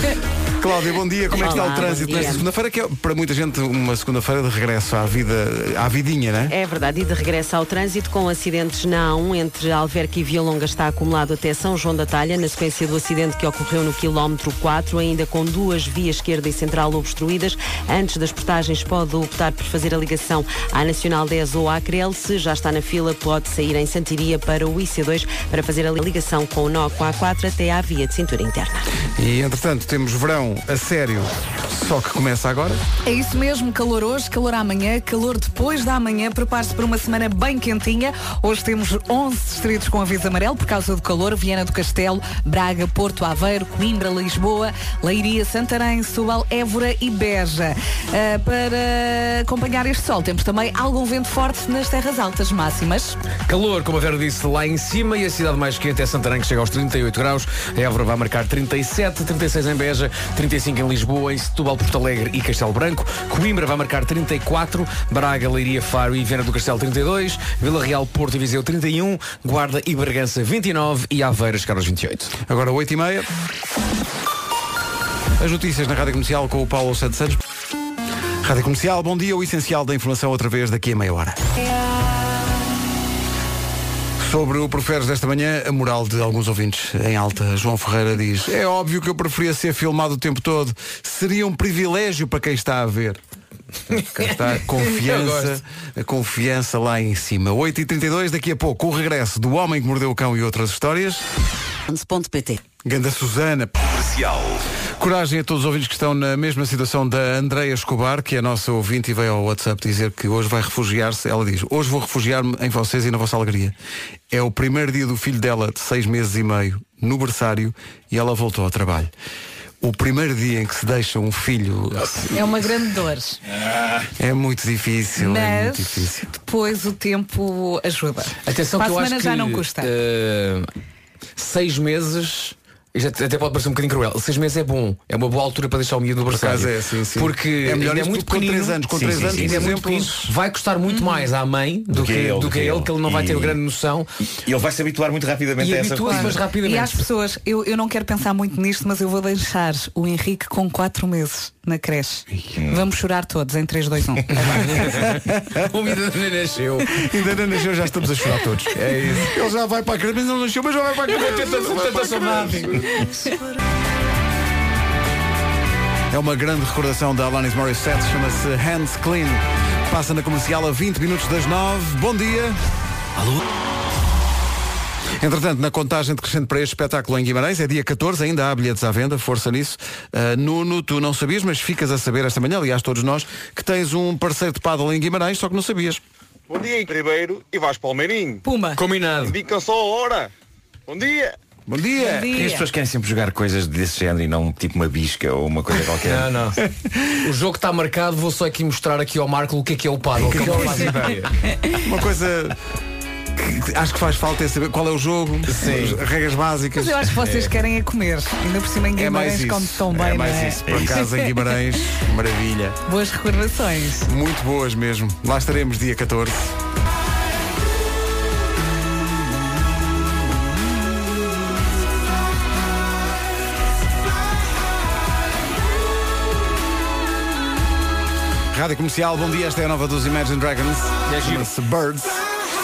Cláudia, bom dia. Como é que está Olá, o trânsito bom dia. nesta segunda-feira? Que é, para muita gente, uma segunda-feira de regresso à vida, à vidinha, né? É verdade, e de regresso ao trânsito com acidentes na A1 entre Alverca e Vialonga está acumulado até São João da Talha, na sequência do acidente que ocorreu no quilómetro 4, ainda com duas vias esquerda e central obstruídas. Antes das portagens pode optar por fazer a ligação à Nacional 10 ou à Crel. Se já está na fila, pode sair em Santiria para o IC2 para fazer a ligação com o nó com a A4 até à via de cintura interna. E entretanto temos verão a sério, só que começa agora. É isso mesmo, calor hoje, calor amanhã, calor depois da manhã. Prepare-se para uma semana bem quentinha. Hoje temos 11 distritos com aviso amarelo por causa do calor. Viana do Castelo, Braga, Porto Aveiro, Coimbra, Lisboa, Leiria, Santarém, Setúbal, Évora e Beja. Ah, para acompanhar este sol, temos também algum vento forte nas terras altas máximas. Calor, como a Vera disse, lá em cima e a cidade mais quente é Santarém, que chega aos 38 graus. A Évora vai marcar 37, 36 em Beja, 35 em Lisboa, em Setúbal, Porto Alegre e Castelo Branco. Coimbra vai marcar 34, Braga, Leiria, Faro e Viana do Castelo 32, Vila Real, Porto e Viseu 31, Guarda e Bergança 29 e Aveiro chegar aos 28. Agora 8 e meia. As notícias na Rádio Comercial com o Paulo Santos Santos. Rádio Comercial, bom dia, o essencial da informação outra vez daqui a meia hora. Sobre o preferes desta manhã, a moral de alguns ouvintes em alta, João Ferreira diz É óbvio que eu preferia ser filmado o tempo todo Seria um privilégio para quem está a ver Cá está a Eu confiança, gosto. a confiança lá em cima 8h32, daqui a pouco o regresso do Homem que Mordeu o Cão e outras histórias Ganda Susana. Coragem a todos os ouvintes que estão na mesma situação da Andreia Escobar, que é a nossa ouvinte e veio ao WhatsApp dizer que hoje vai refugiar-se. Ela diz, hoje vou refugiar-me em vocês e na vossa alegria. É o primeiro dia do filho dela, de seis meses e meio, no berçário, e ela voltou ao trabalho. O primeiro dia em que se deixa um filho É uma grande dor, é muito difícil, é muito mas difícil. depois o tempo ajuda. Atenção Para que eh, eu a acho semana que já não custa. eh, seis meses isto até até pode parecer um bocadinho cruel, seis meses é bom, é uma boa altura para deixar o miúdo no berçário. acaso é, sim, sim. Porque É melhor ainda é isto muito do que com pequenino. três anos. Com Sim, três sim, anos, sim, ainda é por muito exemplo, pequenino. Vai custar muito Uhum. mais à mãe do, que, ele, do que ele, que ele não vai ter E- grande noção. E ele vai se habituar muito rapidamente E a essa habitua-se, rotina. mas E às pessoas, eu, eu não quero pensar muito nisto, mas eu vou deixar o Henrique com 4 meses na creche. é. Vamos chorar todos em um. 3, 2, 1. o menino nem nasceu. Ainda não nasceu, já estamos a chorar todos. É isso. Ele já vai para a creche, mas não nasceu, mas já vai para a Eu creche. vou ter tanta- Vai tanta para a saudade. É uma grande recordação da Alanis Morissette, chama-se Hands Clean. Passa na comercial a 20 minutos das 9. Bom dia. Alô? Entretanto, na contagem decrescente para este espetáculo em Guimarães, é dia 14, ainda há bilhetes à venda, força nisso. Uh, Nuno, tu não sabias, mas ficas a saber esta manhã, aliás, todos nós, que tens um parceiro de paddle em Guimarães, só que não sabias. Bom dia, Ribeiro e Vasco Palmeirinho. Puma. Combinado. Indicam só a hora. Bom dia. Bom dia. Bom dia. E as pessoas querem sempre jogar coisas desse género e não tipo uma bisca ou uma coisa qualquer. Não, não. O jogo está marcado, vou só aqui mostrar aqui ao Marco o que é que é o paddle. O que é que é o paddle. é? Uma coisa que que acho que faz falta é saber qual é o jogo, as regras básicas. Mas eu acho que vocês querem é comer. Ainda por cima em É mais Guimarães isso. come tão bem, é mais não é? isso. Por acaso em Guimarães, maravilha. Boas recordações. Muito boas mesmo. Lá estaremos dia 14. Rádio Comercial, bom dia. Esta é a nova dos Imagine Dragons. Chama-se Birds.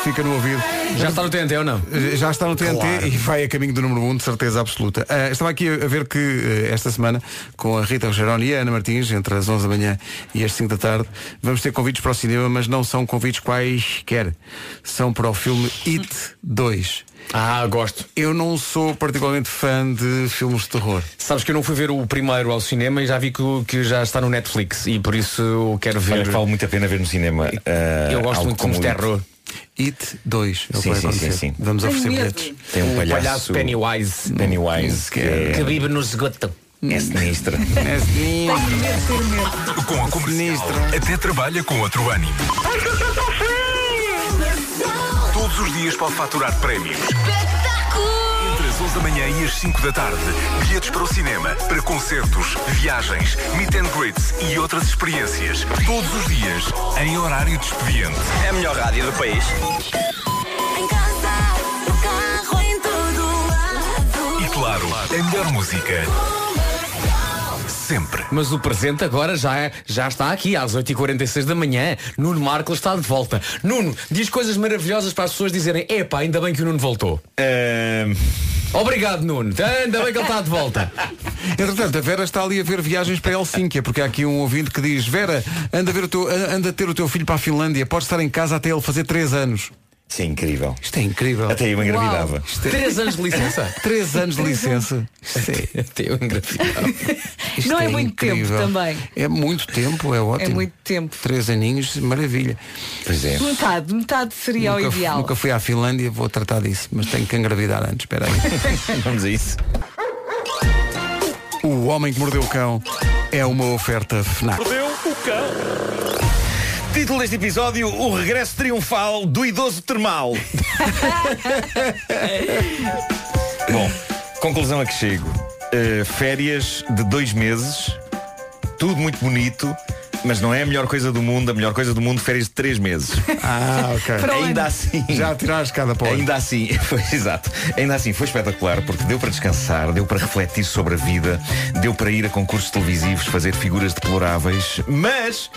Fica no ouvido. Já está no TNT ou não? Já está no TNT Claro. e vai a caminho do número 1, um, de certeza absoluta. Ah, estava aqui a ver que eh, esta semana, com a Rita Rogeroni e a Ana Martins, entre as 11 da manhã e as 5 da tarde, vamos ter convites para o cinema, mas não são convites quaisquer. São para o filme It 2. Ah, gosto. Eu não sou particularmente fã de filmes de terror. Sabes que eu não fui ver o primeiro ao cinema e já vi que, o- que já está no Netflix e por isso eu quero Olha ver. que vale muito a pena ver no cinema. eh, eu gosto algo muito de como filmes de It. terror. It 2. é o que Sim, vai sim, acontecer. sim, sim. Vamos Tenho oferecer medo. bilhetes. Tem um O palhaço, palhaço Pennywise. Pennywise que é, Que vive no esgoto. é sinistra. É sinistro. É. Com a comercial, até trabalha com outro ânimo. Todos os dias pode faturar prémios. Entre as 11 da manhã e as 5 da tarde, bilhetes para o cinema, para concertos, viagens, meet and greets e outras experiências. Todos os dias, em horário de expediente. É a melhor rádio do país. E claro, a melhor música. Sempre. Mas o presente agora já, é- já está aqui, às 8h46 da manhã. Nuno Marco está de volta. Nuno, diz coisas maravilhosas para as pessoas dizerem: epá, ainda bem que o Nuno voltou. Eh, Obrigado, Nuno. Ainda bem que ele está de volta. Entretanto, a Vera está ali a ver viagens para Helsínquia, porque há aqui um ouvinte que diz, Vera, anda, a ver o teu, anda a ter o teu filho para a Finlândia, podes estar em casa até ele fazer 3 anos. Isso é incrível. Isto é incrível. Até eu engravidava. Isto é- Três anos de licença. 3 anos de licença. Isto é- Até eu engravidava. isto Não é muito tempo incrível. também. É muito tempo, é ótimo. É muito tempo. Três aninhos, maravilha. Pois é. Metade, metade seria é o nunca, ideal. nunca fui à Finlândia, vou tratar disso, mas tenho que engravidar antes, espera aí. Vamos a isso. o Homem que Mordeu o Cão é uma oferta FNAC. Título deste episódio, o regresso triunfal do idoso termal. Bom, conclusão a que chego. Uh, férias de dois meses, tudo muito bonito, mas não é a melhor coisa do mundo. A melhor coisa do mundo, férias de três meses. Ah, ok. É Ainda assim. Já a tirar a escada para o Ainda assim, foi exato. Ainda assim foi espetacular porque deu para descansar, deu para refletir sobre a vida, deu para ir a concursos televisivos, fazer figuras deploráveis, mas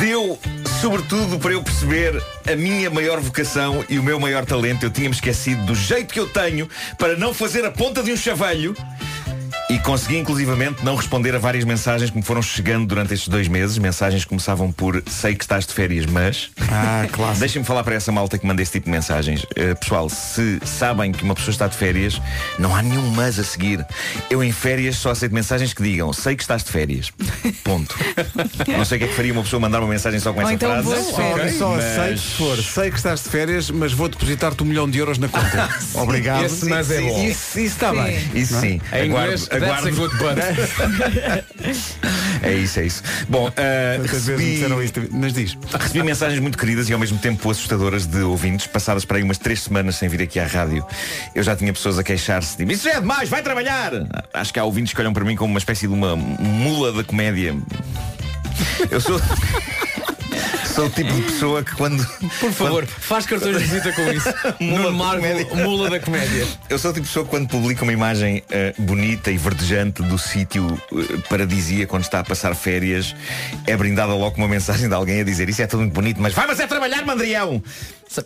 deu sobretudo para eu perceber a minha maior vocação e o meu maior talento. Eu tinha-me esquecido do jeito que eu tenho para não fazer a ponta de um chavalho. E consegui inclusivamente não responder a várias mensagens que me foram chegando durante estes dois meses. Mensagens que começavam por sei que estás de férias, mas. Ah, claro. Deixem-me falar para essa malta que manda esse tipo de mensagens. Eh, pessoal, se sabem que uma pessoa está de férias, não há nenhum mas a seguir. Eu em férias só aceito mensagens que digam sei que estás de férias. Ponto. não sei o que é que faria uma pessoa mandar uma mensagem só com Ou essa então frase. boas Só, férias. só mas- sei que for, sei que estás de férias, mas vou depositar-te um milhão de euros na conta. Obrigado. Esse mas é Sim, bom. Isso, isso está Sim. bem. Isso Não é? sim. Em Aguardo, inglês, That's a Aguardo. good butt. É isso, é isso. Bom, ah, recebi... mas diz. Recebi mensagens muito queridas e ao mesmo tempo assustadoras de ouvintes, passadas para aí umas três semanas sem vir aqui à rádio. Eu já tinha pessoas a queixar-se de mim. Isso é demais, vai trabalhar! Acho que há ouvintes que olham para mim como uma espécie de uma mula da comédia. Eu sou. Sou o tipo de pessoa que quando. Por favor, faz cartões de visita com isso. Mula Nuno da Marco, comédia. mula da comédia. Eu sou o tipo de pessoa que quando publica uma imagem eh, bonita e verdejante do sítio eh, paradisia quando está a passar férias, é brindada logo com uma mensagem de alguém a dizer isso é tudo muito bonito, mas vai mas é trabalhar, Mandrião!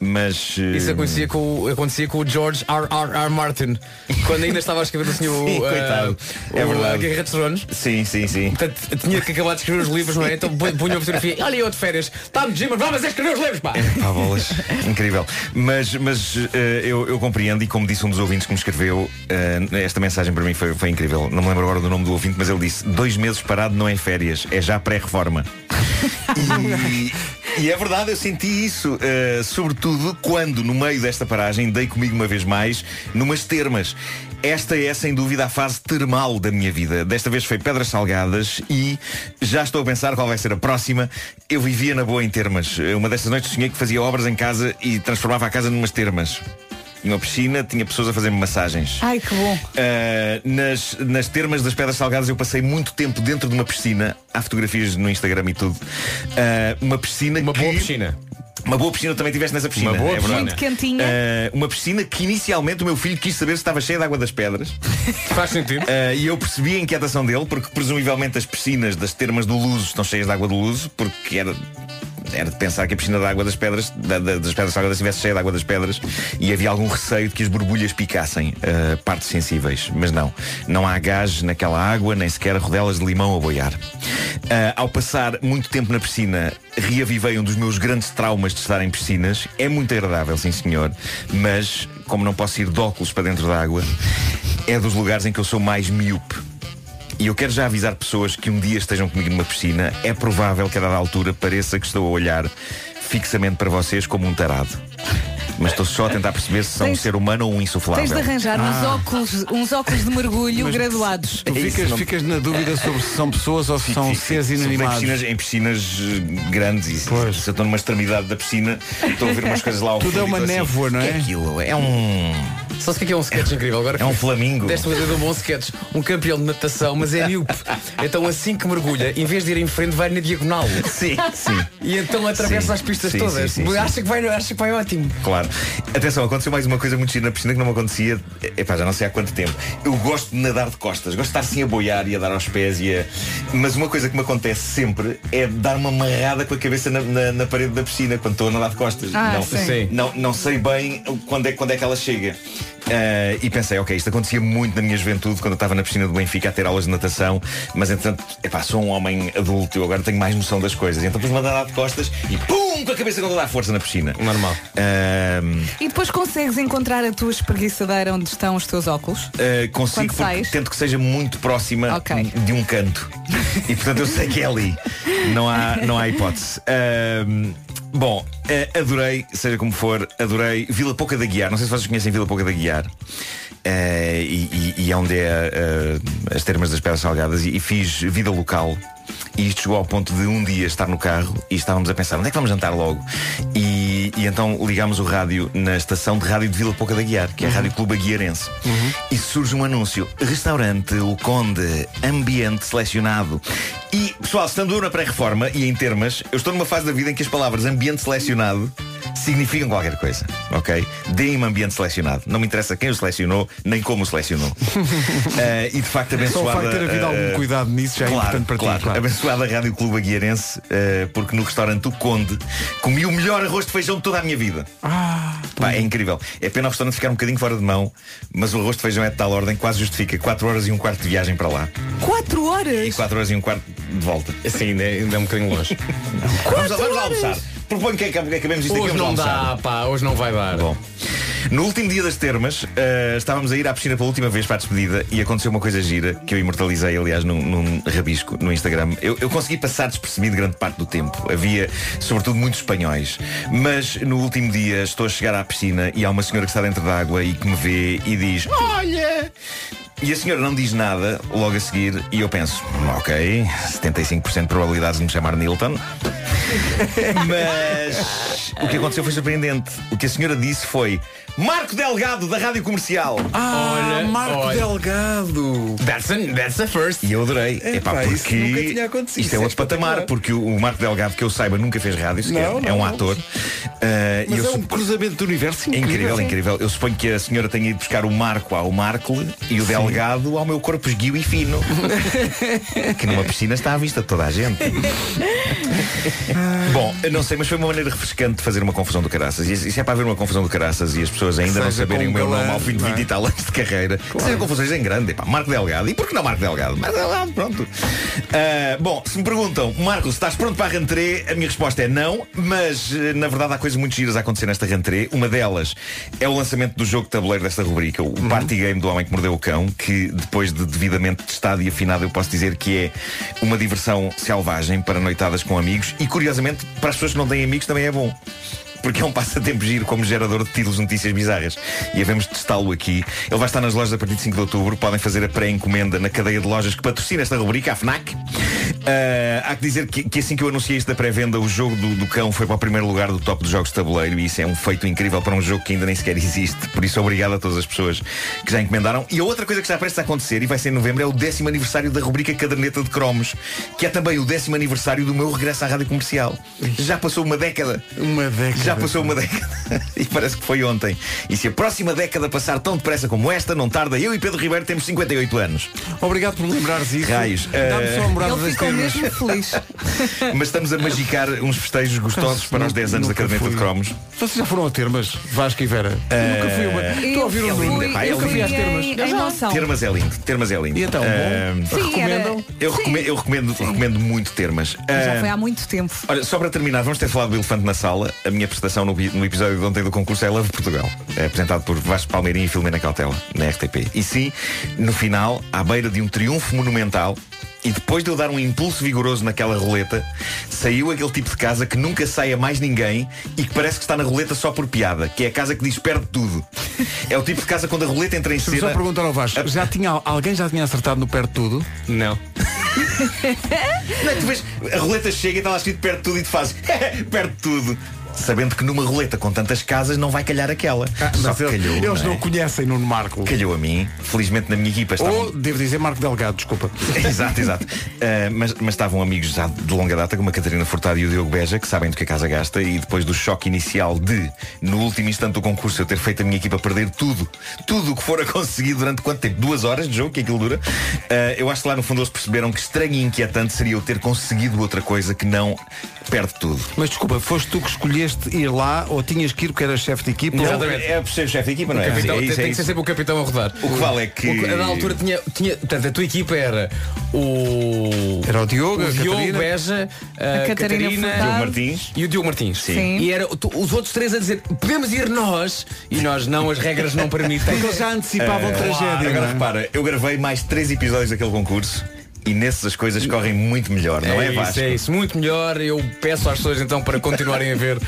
Mas. eh, é Isso acontecia com, o- acontecia com o George R. R. R. Martin, quando ainda estava a escrever o senhor Sim, o, eh, coitado. É o- verdade. a Guerra dos Tronos. Sim, sim, sim. Portanto, tinha que acabar de escrever os livros, não é? Então pu- punha a fotografia. Olha eu de férias. Está no gym, mas vamos é escrever os livros, pá! Pá, bolas. Incrível. Mas, mas eh, eu, eu compreendo e como disse um dos ouvintes que me escreveu, eh, esta mensagem para mim foi, foi incrível. Não me lembro agora do nome do ouvinte, mas ele disse, dois meses parado não é férias, é já pré-reforma. E, e é verdade, eu senti isso, eh, sobretudo quando, no meio desta paragem, dei comigo uma vez mais numas termas. Esta é, sem dúvida, a fase termal da minha vida. Desta vez foi Pedras Salgadas e já estou a pensar qual vai ser a próxima. Eu vivia na boa em termas. Eh, Uma destas noites sonhei que fazia obras em casa e transformava a casa numas termas. Tinha uma piscina, tinha pessoas a fazer-me massagens. Ai, que bom. Uh, nas, nas termas das Pedras Salgadas eu passei muito tempo dentro de uma piscina. Há fotografias no Instagram e tudo. Uh, uma piscina Uma boa piscina. Uma boa piscina, também tiveste nessa piscina. boa é piscina. verdade. Muito quentinha. Uh, uma piscina que inicialmente o meu filho quis saber se estava cheia de água das pedras. Faz sentido. Eh, e eu percebi a inquietação dele, porque presumivelmente as piscinas das termas do Luso estão cheias de água do Luso, porque era... Era de pensar que a piscina da água das pedras, da- da- das pedras salgadas, estivesse cheia de água das pedras e havia algum receio de que as borbulhas picassem uh, partes sensíveis. Mas não. Não há gás naquela água, nem sequer rodelas de limão a boiar. Uh, ao passar muito tempo na piscina, reavivei um dos meus grandes traumas de estar em piscinas. É muito agradável, sim senhor, mas como não posso ir de óculos para dentro da água, é dos lugares em que eu sou mais miúpe. E eu quero já avisar pessoas que um dia estejam comigo numa piscina, é provável que a dada altura pareça que estou a olhar fixamente para vocês como um tarado. Mas estou só a tentar perceber se são um Tens- ser humano ou um insuflável. Tens de arranjar uns, óculos, uns óculos de mergulho Mas- graduados. É isso, Ficas, não- ficas na dúvida sobre se são pessoas ou se são seres Sobretudo inanimados. Em piscinas, em piscinas eh, grandes e se- se eu estou numa extremidade da piscina, estou a ver umas coisas lá ao Tudo fundo é e uma estou assim, névoa, não "O que é?" é aquilo? É um. Só se que é um sketch incrível agora. É um flamingo. Desta vez de um bom sketch. Um campeão de natação, mas é miúpe. Então assim que mergulha, em vez de ir em frente, vai na diagonal. Sim, sim. E então atravessa Sim, as pistas sim, todas. sim, sim, sim. acha, Que vai, acha que vai ótimo. Claro. Atenção, aconteceu mais uma coisa muito gira na piscina que não me acontecia, epá, já não sei há quanto tempo. Eu gosto de nadar de costas, gosto de estar assim a boiar e a dar aos pés e a... Mas uma coisa que me acontece sempre é dar uma amarrada com a cabeça na, na- na parede da piscina quando estou a nadar de costas. Ah, não, sim. Sim. Não, não sei bem quando é, quando é que ela chega. Ah, e pensei, ok, isto acontecia muito na minha juventude quando eu estava na piscina do Benfica a ter aulas de natação, mas entretanto, epá, sou um homem adulto, eu agora tenho mais noção das coisas. Então pus-me a nadar de costas e pum, com a cabeça com toda a força na piscina. Normal. E depois consegues encontrar a tua espreguiçadeira onde estão os teus óculos? Uh, Quando consigo porque sais? tento que seja muito próxima de um canto. E portanto eu sei que é ali. Não há, não há hipótese. Um, bom, uh, adorei, seja como for, adorei Vila Pouca da Guiar. Não sei se vocês conhecem Vila Pouca da Guiar. Uh, e, e- e é onde é uh, as termas das pedras salgadas e, e fiz vida local. E isto chegou ao ponto de um dia estar no carro e estávamos a pensar onde é que vamos jantar logo. E, e então ligámos o rádio na estação de rádio de Vila Pouca da Guiar, Uhum. que é a Rádio Clube Aguiarense. E surge um anúncio: restaurante O Conde, ambiente selecionado. E, pessoal, estando eu na pré-reforma e em termas, eu estou numa fase da vida em que as palavras ambiente selecionado significam qualquer coisa, ok? Deem-me ambiente selecionado. Não me interessa quem o selecionou, nem como o selecionou. Eh, e de facto Só o abençoada. facto de ter havido algum eh, cuidado nisso já é claro, importante para ti, claro. claro. Abençoada Rádio Clube Aguiarense, eh, porque no restaurante O Conde comi o melhor arroz de feijão de toda a minha vida. Pá, é incrível. É pena o restaurante ficar um bocadinho fora de mão, mas o arroz de feijão é de tal ordem que quase justifica 4 horas e um quarto de viagem para lá. Quatro E horas? 4 horas e um quarto de volta. Assim, ainda é, um bocadinho longe. vamos, lá- vamos lá almoçar. Proponho que acabe- que acabemos isto Hoje aqui. é um não vamos lá dá, almoçar. pá, hoje não vai dar. Bom. No último dia das termas, eh, estávamos a ir à piscina pela última vez para a despedida e aconteceu uma coisa gira que eu imortalizei, aliás, num, num rabisco no Instagram. Eu, eu consegui passar despercebido grande parte do tempo. Havia, sobretudo, muitos espanhóis. Mas no último dia estou a chegar à piscina e há uma senhora que está dentro da água e que me vê e diz: Olha! E a senhora não diz nada logo a seguir e eu penso, "Hum, ok, 75% de probabilidades de me chamar Nilton. Mas o que aconteceu foi surpreendente. O que a senhora disse foi Marco Delgado da Rádio Comercial. Ah, Marco Delgado. That's a, that's a first. E eu adorei. Epá, Epá, porque isso nunca tinha acontecido. Isto é outro patamar, porque o o Marco Delgado, que eu saiba, nunca fez rádio, sequer. Não, não, é um não. ator. Ah, e Mas eu é um sup- cruzamento do universo incrível. Incrível, incrível. Eu suponho que a senhora tenha ido buscar o Marco ao Marco e o Delgado ao meu corpo esguio e fino. que numa piscina está à vista de toda a gente. Bom, eu não sei, mas foi uma maneira refrescante de fazer uma confusão do caraças. E isso é para haver uma confusão do caraças e as pessoas ainda não seja saberem com o meu galã, nome ao fim de não é? 20 e tal anos de carreira. Que sejam confusões em grande. Epá, Marco Delgado. E por que não Marco Delgado? Marco Delgado, pronto. Ah, bom, se me perguntam, Marco, se estás pronto para a rentrée, a minha resposta é não, mas eh, na verdade há coisas muito giras a acontecer nesta rentrée. Uma delas é o lançamento do jogo de tabuleiro desta rubrica, o Uhum. Party Game do Homem que Mordeu o Cão, que depois de devidamente testado e afinado eu posso dizer que é uma diversão selvagem para noitadas com amigos e curiosamente para as pessoas que não têm amigos também é bom. Porque é um passatempo giro como gerador de títulos de notícias bizarras. E havemos de testá-lo aqui. Ele vai estar nas lojas a partir de 5 de outubro. Podem fazer a pré-encomenda na cadeia de lojas que patrocina esta rubrica, a FNAC. Ah, há que dizer que, que assim que eu anunciei isto da pré-venda, o jogo do, do cão foi para o primeiro lugar do top dos jogos de tabuleiro. E isso é um feito incrível para um jogo que ainda nem sequer existe. Por isso, obrigado a todas as pessoas que já encomendaram. E a outra coisa que está prestes a acontecer, e vai ser em novembro, é o décimo aniversário da rubrica Caderneta de Cromos, que é também o décimo aniversário do meu regresso à rádio comercial. Já passou uma década. Uma década. Já passou uma década e parece que foi ontem. E se a próxima década passar tão depressa como esta, não tarda. Eu e Pedro Ribeiro temos 58 anos. Obrigado por lembrares isso. Raios. Dá-me só a morada Ele das ficou termas. mesmo feliz. Mas estamos a magicar uns festejos gostosos para os 10 anos da Nunca caderneta fui. de cromos. Vocês já foram a termas, Vasco e Vera? Nunca fui a uma. Estou a ouvir um Eu número. fui- Pá, é eu lindo. fui às termas. Em- Eu já- Termas é lindo. Termas é lindo. E então, bom? Ahm, Sim, era, eu, eh, recomendo, eu recomendo, recomendo muito termas. já Ahm, foi há muito tempo. Olha, só para terminar, vamos ter falado do elefante na sala. A minha prestação no, no episódio de ontem do concurso é Love Portugal, é apresentado por Vasco Palmeirinho e Filomena Cautela, na RTP. E sim, no final, à beira de um triunfo monumental, e depois de eu dar um impulso vigoroso naquela roleta, saiu aquele tipo de casa que nunca sai a mais ninguém e que parece que está na roleta só por piada, que é a casa que diz perde tudo. É o tipo de casa quando a roleta entra em Deixa-me só cena. perguntar ao Vasco. Já tinha, alguém já tinha acertado no perto de tudo? Não. Não é que tu vês, a roleta chega e está lá escrito perde tudo e tu fazes perde tudo. Sabendo que numa roleta com tantas casas não vai calhar aquela. Só que calhou, Ah, Eles não não é? conhecem Nuno Marco. Calhou a mim. Felizmente na minha equipa estavam... Ou, devo dizer, Marco Delgado, desculpa. exato, exato. Ah, mas, mas estavam amigos já de longa data, como a Catarina Furtado e o Diogo Beja, que sabem do que a casa gasta, e depois do choque inicial de, no último instante do concurso, eu ter feito a minha equipa perder tudo, tudo o que fora conseguido durante quanto tempo? Duas horas de jogo, que aquilo dura. Ah, eu acho que lá no fundo eles perceberam que estranho e inquietante seria eu ter conseguido outra coisa que não perde tudo. Mas desculpa, foste tu que escolheste ir lá ou tinhas que ir porque eras chefe de equipa? ou- Não, é por ser o chefe de equipa, não é? Capitão, então, é tem, isso, é tem que ser isso. sempre o capitão a rodar. O que vale é que- O na altura tinha, tinha. Portanto, a tua equipa era o. Era o Diogo, é- a o Diogo Catarina. Beja, A a, Catarina Catarina, Furtado. Diogo Martins. e o Diogo Martins. Sim. E era tu- os outros três a dizer, podemos ir nós, e nós não, as regras não permitem. Eh, Porque eles já antecipavam tragédia. Agora não é? repara, eu gravei mais três episódios daquele concurso e nesses as coisas correm muito melhor, não é, isso, Vasco? é isso, muito melhor. Eu peço às pessoas então para continuarem a ver. o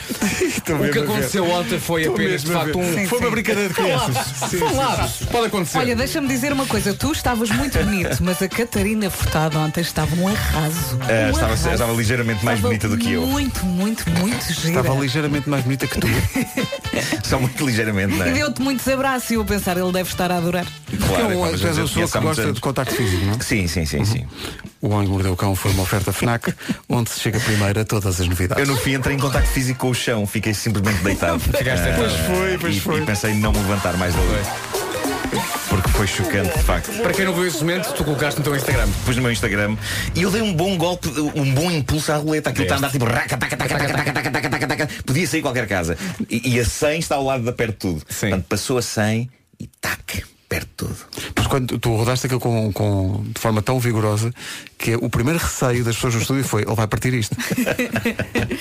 que mesmo a ver. aconteceu ontem foi Estou apenas de mesmo a facto ver. um. Foi uma brincadeira de crianças. Sim, São sim, lábios. Pode acontecer. Olha, deixa-me dizer uma coisa. Tu estavas muito bonito, mas a Catarina Furtado ontem estava um arraso. Ah, Um estava, arraso. estava ligeiramente mais Estava bonita do que eu. Muito, muito, muito gira. Estava ligeiramente mais bonita que tu. Só muito ligeiramente, não E é? deu-te muitos abraços e eu a pensar, ele deve estar a adorar. Porque Claro, é um- como a tu gente és a pessoa conhece que há muitos gosta de Uhum. anos. contacto físico, não é? Sim, sim, sim, sim. O Homem que Mordeu o Cão foi uma oferta FNAC, onde se chega primeiro a todas as novidades. Eu no fim entrei em contacto físico com o chão, fiquei simplesmente deitado. Ficaste Ah, pois foi, pois e, foi. E pensei em não me levantar mais da luz. Porque foi chocante, de facto. Para quem não viu esse momento, tu colocaste no teu Instagram. Depois no meu Instagram e eu dei um bom golpe, um bom impulso à roleta. Aquilo está a andar tipo raca, taca, taca, taca, taca, taca, taca, taca, taca. Podia sair qualquer casa. E, e a 100 está ao lado da perto tudo. Sim. Portanto, passou a 100 e tac, perto tudo. Mas quando tu rodaste aquilo com, com- de forma tão vigorosa que o primeiro receio das pessoas no estúdio foi ele vai partir isto.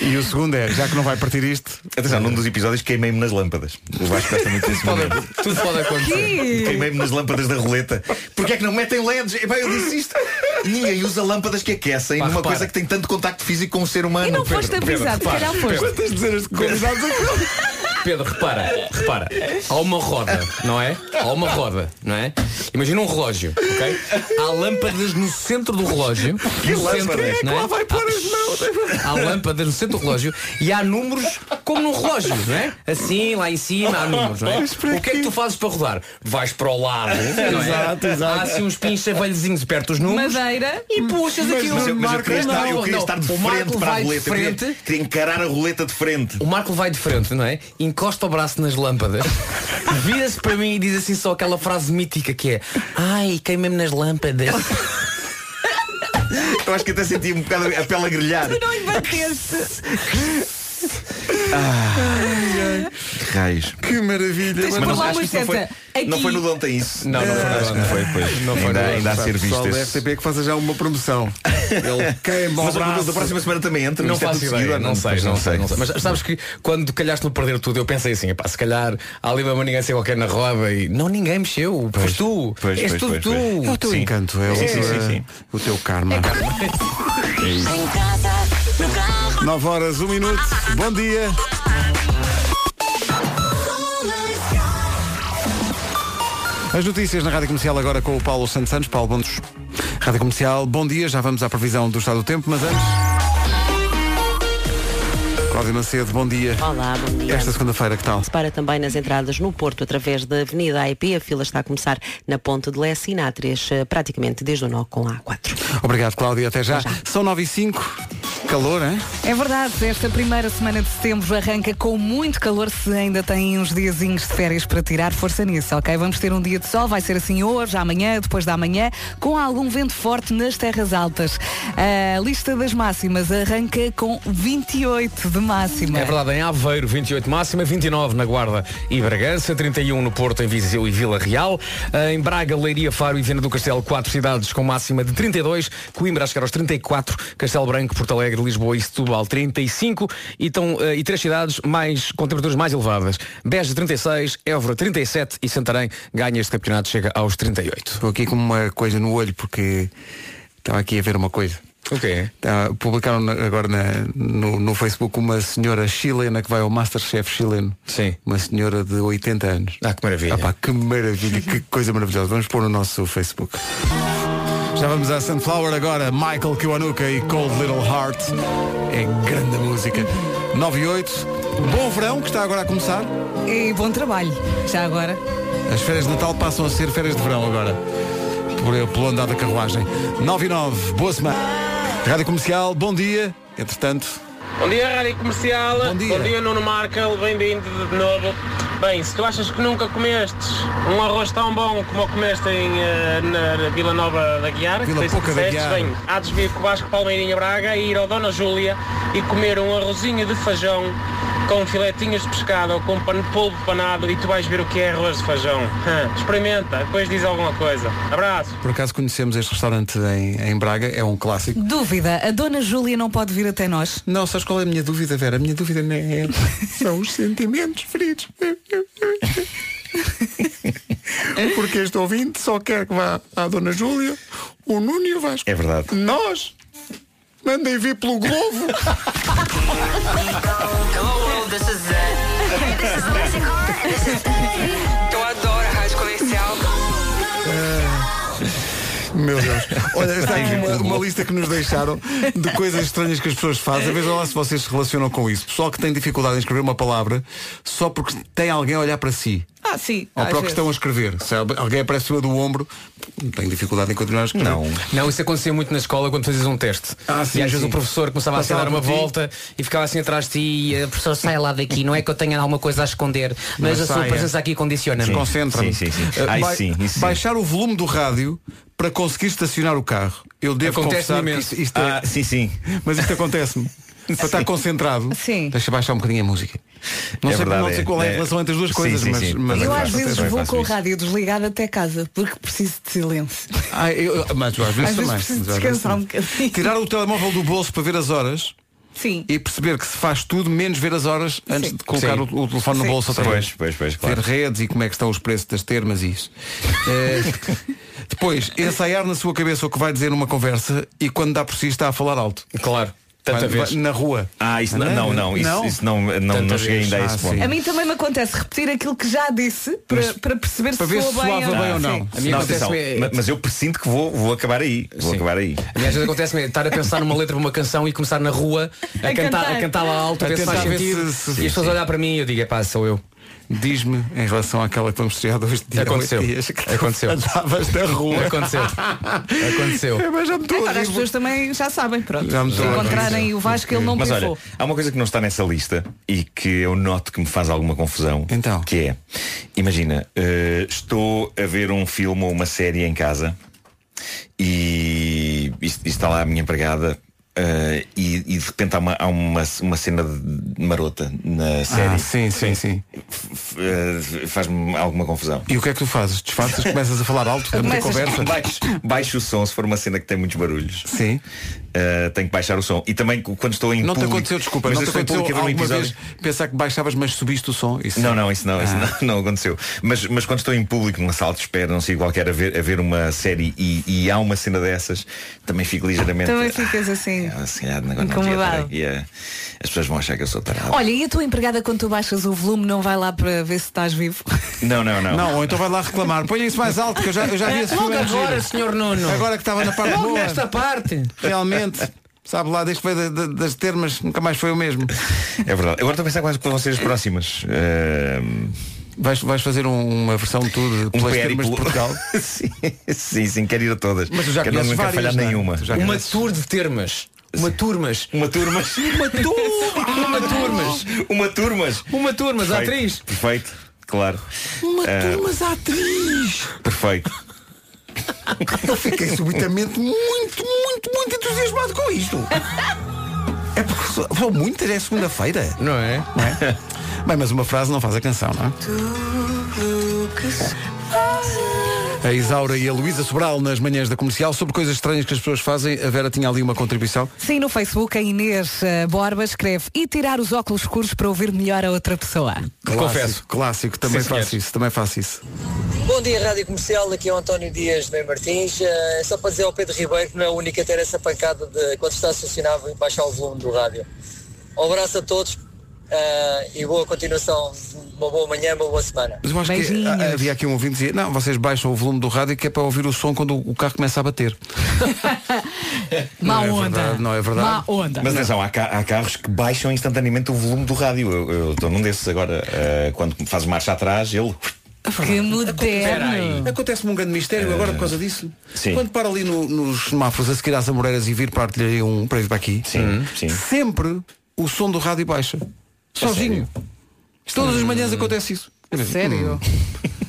e o segundo é, já que não vai partir isto, Atenção, num dos episódios queimei-me nas lâmpadas. O Vasco gosta muito desse Pode- momento. tudo pode acontecer. Queimei-me nas lâmpadas da roleta. Porquê é que não metem LEDs? Epá, eu disse isto. Ninguém usa lâmpadas que aquecem Pá, numa repara. coisa que tem tanto contacto físico com o ser humano. E não Pedro, foste Pedro, avisado, se repara. calhar foste. quantas dezenas de convidados é que- Pedro, repara, repara. Há uma roda, não é? Há uma roda, não é? Imagina um relógio, ok? Há lâmpadas no centro do relógio. Que no lâmpada? centro, Quem é que não lá vai pôr as mãos? Há lâmpadas no centro do relógio e há números como num relógio, não é? Assim, lá em cima há números, não é? Mas para O que é que tu fazes para rodar? Vais para o lado, não é? Exato, exato. Há assim uns pins velhozinhos perto dos números. Madeira e puxas Mas, aquilo. mas eu, mas eu queria Não, estar, eu queria não, estar de o Marco frente para a vai de roleta. Eu frente. Queria, queria encarar a roleta de frente. O Marco vai de frente, não é? Encosta o braço nas lâmpadas, vira-se para mim e diz assim só aquela frase mítica que é Ai, queimei-me nas lâmpadas. Eu acho que até senti um bocado a pele a grelhar. Não embateste. Que Raios. Que maravilha. Tens de pôr lá uma não foi, seta. Aqui. não foi no Dante isso. Não, não foi no Acho que não foi, pois. Não foi ainda, nada. ainda a ser Pessoal visto da esse. RTP é que faça já uma promoção. Ele queima o Mas braço. o da próxima semana também entra. Não isto é faço tudo ideia, seguido, não, sei, não sei, não sei. Mas sabes que quando calhaste no perder tudo, eu pensei assim, pá, se calhar há ali uma manigância qualquer na roda e não ninguém mexeu, pois tu, Pois, és pois, tudo pois, tu. pois. É o teu encanto, é o, Sim, sim, sim, eh, sim. o teu karma. É isso. Em casa, no carro. 9 horas, 1 minuto. Bom dia. As notícias na Rádio Comercial agora com o Paulo Santos Santos. Paulo, bom dia. Rádio Comercial, bom dia. Já vamos à previsão do estado do tempo, mas antes... Cláudia Macedo, bom dia. Olá, bom dia. Esta segunda-feira, que tal? Se para também nas entradas no Porto através da Avenida AEP. A fila está a começar na Ponte de Lessa e na A3, eh, praticamente desde o nó com a A4. Obrigado, Cláudia. Até já. São 9 e 5. Calor, hein? É verdade, esta primeira semana de setembro arranca com muito calor se ainda têm uns diazinhos de férias para tirar. Força nisso, ok? Vamos ter um dia de sol, vai ser assim hoje, amanhã, depois da manhã, com algum vento forte nas terras altas. A lista das máximas arranca com 28 de máxima. É verdade, em Aveiro 28 máxima, 29 na Guarda e Bragança, 31 no Porto, em Viseu e Vila Real, em Braga, Leiria, Faro e Viana do Castelo, quatro cidades com máxima de 32, Coimbra a chegar aos 34, Castelo Branco, Porto Alegre, Lisboa e Setúbal 35 e, tão, eh, e três cidades mais, com temperaturas mais elevadas, Beja 36, Évora 37 e Santarém ganha este campeonato, chega aos 38. Estou aqui com uma coisa no olho porque estava aqui a ver uma coisa. O quê? Tá, publicaram na- agora na- no, no Facebook uma senhora chilena que vai ao Masterchef chileno. Sim. Uma senhora de 80 anos. Ah, que maravilha. que maravilha, que coisa maravilhosa. Vamos pôr no nosso Facebook. Já vamos a Sunflower agora, Michael Kiwanuka e Cold Little Heart. É grande música. 9 e 8. Bom verão que está agora a começar. E bom trabalho, já agora. As férias de Natal passam a ser férias de verão agora. Por, pelo andar da carruagem. 9 e 9, boa semana. Rádio Comercial, bom dia. Entretanto, Bom dia, Rádio Comercial. Bom dia. Nuno Markel. Bem-vindo de novo. Bem, se tu achas que nunca comestes um arroz tão bom como o comeste em, eh, na, na Vila Nova da Guiar, Vila que tens Pouca da disseste, Guiar. bem, há de vir com o Vasco Palmeirinha Braga e ir ao Dona Júlia e comer um arrozinho de feijão com filetinhos de pescado ou com pan, polvo panado e tu vais ver o que é arroz de feijão. Hã, Experimenta, depois diz alguma coisa. Abraço. por acaso conhecemos este restaurante em, em Braga, é um clássico. Dúvida, a dona Júlia não pode vir até nós? Não, sabes qual é a minha dúvida, Vera? A minha dúvida não é. São os sentimentos feridos. Porque este ouvinte só quer que vá à Dona Júlia, o Nuno e o Vasco. É verdade. Nós mandem vir pelo Globo. Eu adoro a rádio comercial. Meu Deus. Olha, está aqui uma, uma lista que nos deixaram de coisas estranhas que as pessoas fazem. Vejam lá se vocês se relacionam com isso. Pessoal que tem dificuldade em escrever uma palavra só porque tem alguém a olhar para si. Ah, sim. Ou às para o que vezes. estão a escrever. Se alguém aparece cima do ombro, tem dificuldade em continuar a escrever. Não. Não, isso acontecia muito na escola quando fazias um teste. Ah, sim, e às sim. vezes o professor começava Passava a dar uma por ti. volta e ficava assim atrás de ti e a professor sai lá daqui. Não é que eu tenha alguma coisa a esconder, mas, Mas a sua saia. presença aqui condiciona-me. Desconcentra-me. Eh, bai- Baixar o volume do rádio para conseguir estacionar o carro. Eu devo Acontece-me confessar que imenso. isto, isto é... Ah, sim, sim. Mas isto acontece-me. Para estar concentrado, Sim. deixa baixar um bocadinho a música. Não, É sei, verdade, não sei qual é a é. relação entre as duas Sim, coisas, sim, mas, sim. mas é Eu acontece, às vezes acontece. vou com o rádio desligado até casa, porque preciso de silêncio. Ah, eu- mas tu às vezes Às vezes também. preciso Mas às vezes descansar um também. Tirar o telemóvel do bolso para ver as horas Sim. e perceber que se faz tudo menos ver as horas antes Sim. de colocar Sim. o, o telefone no Sim. bolso outra Pois, vez. pois, pois, claro. Ver redes e como é que estão os preços das termas e isso. Eh, depois, ensaiar na sua cabeça o que vai dizer numa conversa e quando dá por si está a falar alto. Claro. Tanta vez. Na rua. Ah, isso não, não, não, isso, Não? isso não, não, não Tanta cheguei ainda a vez. esse Ah, ponto. A mim também me acontece repetir aquilo que já disse para, para perceber Para se ver soa se bem, soava bem ou Sim. não. A minha não, acontece- atenção, é- ma- mas eu presinto que vou, vou acabar aí. Vou acabar aí. Aliás, às vezes acontece-me é estar a pensar numa letra para uma canção e começar na rua a, A cantar, cantar. a cantá-la alto, a A ver se faz tentar ver sentido. se- se- e as pessoas sim. olhar para mim e eu digo, é pá, sou eu. Diz-me em relação àquela que vamos estrear dois dias. Aconteceu. Dias, que Aconteceu. Andavas na rua. Aconteceu. Aconteceu. É, mas já me estou a Então, Agora rir. as pessoas também já sabem, pronto. Então, Já me se estou a encontrarem o Vasco, ele não Mas pensou. olha, há uma coisa que não está nessa lista e que eu noto que me faz alguma confusão. Então. Que é, imagina, eh, estou a ver um filme ou uma série em casa e, e- e está lá a minha empregada. eh, e, e de repente há uma, há uma, uma cena de- marota na série. Ah, sim, sim, sim. F- f- eh, Faz-me alguma confusão. E o que é que tu fazes? Disfarças, começas a falar alto, a meter conversa? Baixo, baixo o som se for uma cena que tem muitos barulhos. Sim. tenho que baixar o som. E também cu- quando estou em Não te público. aconteceu, desculpa, mas não eu te estou em aconteceu público a ver um alguma episódio- vez pensar que baixavas, mas subiste o som? Isso Não, não, isso não, isso Ah. não, não aconteceu. Mas, mas quando estou em público, numa sala de espera, não sei qualquer, a ver, a ver uma série e, e há uma cena dessas, também fico ligeiramente. Também ficas assim. "Ah, se calhar, agora não devia Incomodado. estar aqui a- As pessoas vão achar que eu sou tarado. Olha, e a tua empregada quando tu baixas o volume não vai lá para ver se estás vivo? Não, não, não. Não, ou então vai lá reclamar. Põe isso mais alto, que eu já, eu já vi esse filme. Logo é giro. agora, senhor Nuno. Agora que estava na parte Logo boa. nesta parte. Realmente. Sabe lá, desde que veio da- da- das termas, nunca mais foi o mesmo. É verdade. Agora estou a pensar quais vão ser as próximas. Ehm, Vais, vais fazer um- uma versão de tudo pelas termas de Portugal. sim, sim, sim, quero ir a todas. Mas tu já Quero conheces nunca várias, falhar não é? nenhuma. Tu já Uma tour de termas. Uma turmas. Uma turmas. Uma turmas. Uma turmas. Uma turmas. Uma turmas, Perfeito, atriz. Perfeito, claro. Uma Ah, turmas atriz! Perfeito. Eu fiquei subitamente muito, muito, muito entusiasmado com isto. É porque são- são muitas, é segunda-feira. Não é? Não é? Bem, mas uma frase não faz a canção, não é? A Isaura e a Luísa Sobral nas manhãs da comercial sobre coisas estranhas que as pessoas fazem. A Vera tinha ali uma contribuição. Sim, no Facebook a Inês eh, Borba escreve e tirar os óculos escuros para ouvir melhor a outra pessoa. Clássico, Clássico, também Sim, senhor. faço isso, também faço isso. Bom dia, Rádio Comercial. Aqui é o António Dias de Bem Martins. Eh, só para dizer ao Pedro Ribeiro que não é o único a ter essa pancada de quando está estacionável e baixar o volume do rádio. Um abraço a todos eh, e boa continuação. Uma boa manhã, uma boa semana. Mas eu acho que ah, havia aqui um ouvinte que dizia, não, vocês baixam o volume do rádio que é para ouvir o som quando o carro começa a bater. Má não é onda. verdade, não é verdade. Má onda. Mas atenção, há, ca- há carros que baixam instantaneamente o volume do rádio. Eu- Eu estou num desses agora. eh, quando faz marcha atrás, ele. Que moderno. Acontece-me um grande mistério agora por causa disso. Hum. É. sim. Quando para ali no- nos semáforos a seguir às Amoreiras e vir para a artilharia um para vir para aqui, Sim, sim. É sempre o som do rádio baixa. Sozinho. Todas Hum. as manhãs acontece isso. Sério?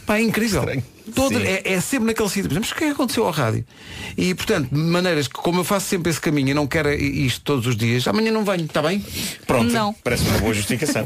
Pá, é incrível. Todo, Sim. é, é sempre naquele sítio. Mas o que é que aconteceu ao rádio? E portanto, de maneiras que como eu faço sempre esse caminho e não quero isto todos os dias, amanhã não venho, está bem? Pronto. Não. Parece uma boa justificação.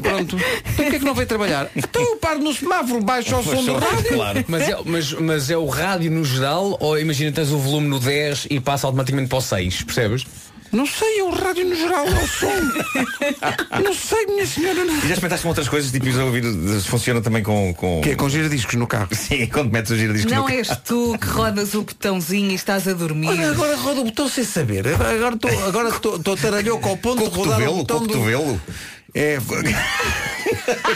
Pronto. Então porquê é que não veio trabalhar? Então eu paro no semáforo, baixo ao som do rádio. Mas, é, mas, mas é o rádio no geral ou imagina tens o volume no 10 e passa automaticamente para o 6, percebes? Não sei, é o rádio no geral, é o som. não sei, minha senhora. não- E já experimentaste com outras coisas, tipo, ouvir, funciona também com. com... Que é com giradiscos no carro. Sim, quando metes o giradiscos no Não é carro. és tu que rodas o botãozinho e estás a dormir. Olha, agora roda o botão sem saber. Agora estou agora estou- estou taralhoco ao ponto de rodar o Um Cotovelo, botão Então, com do... cotovelo. É.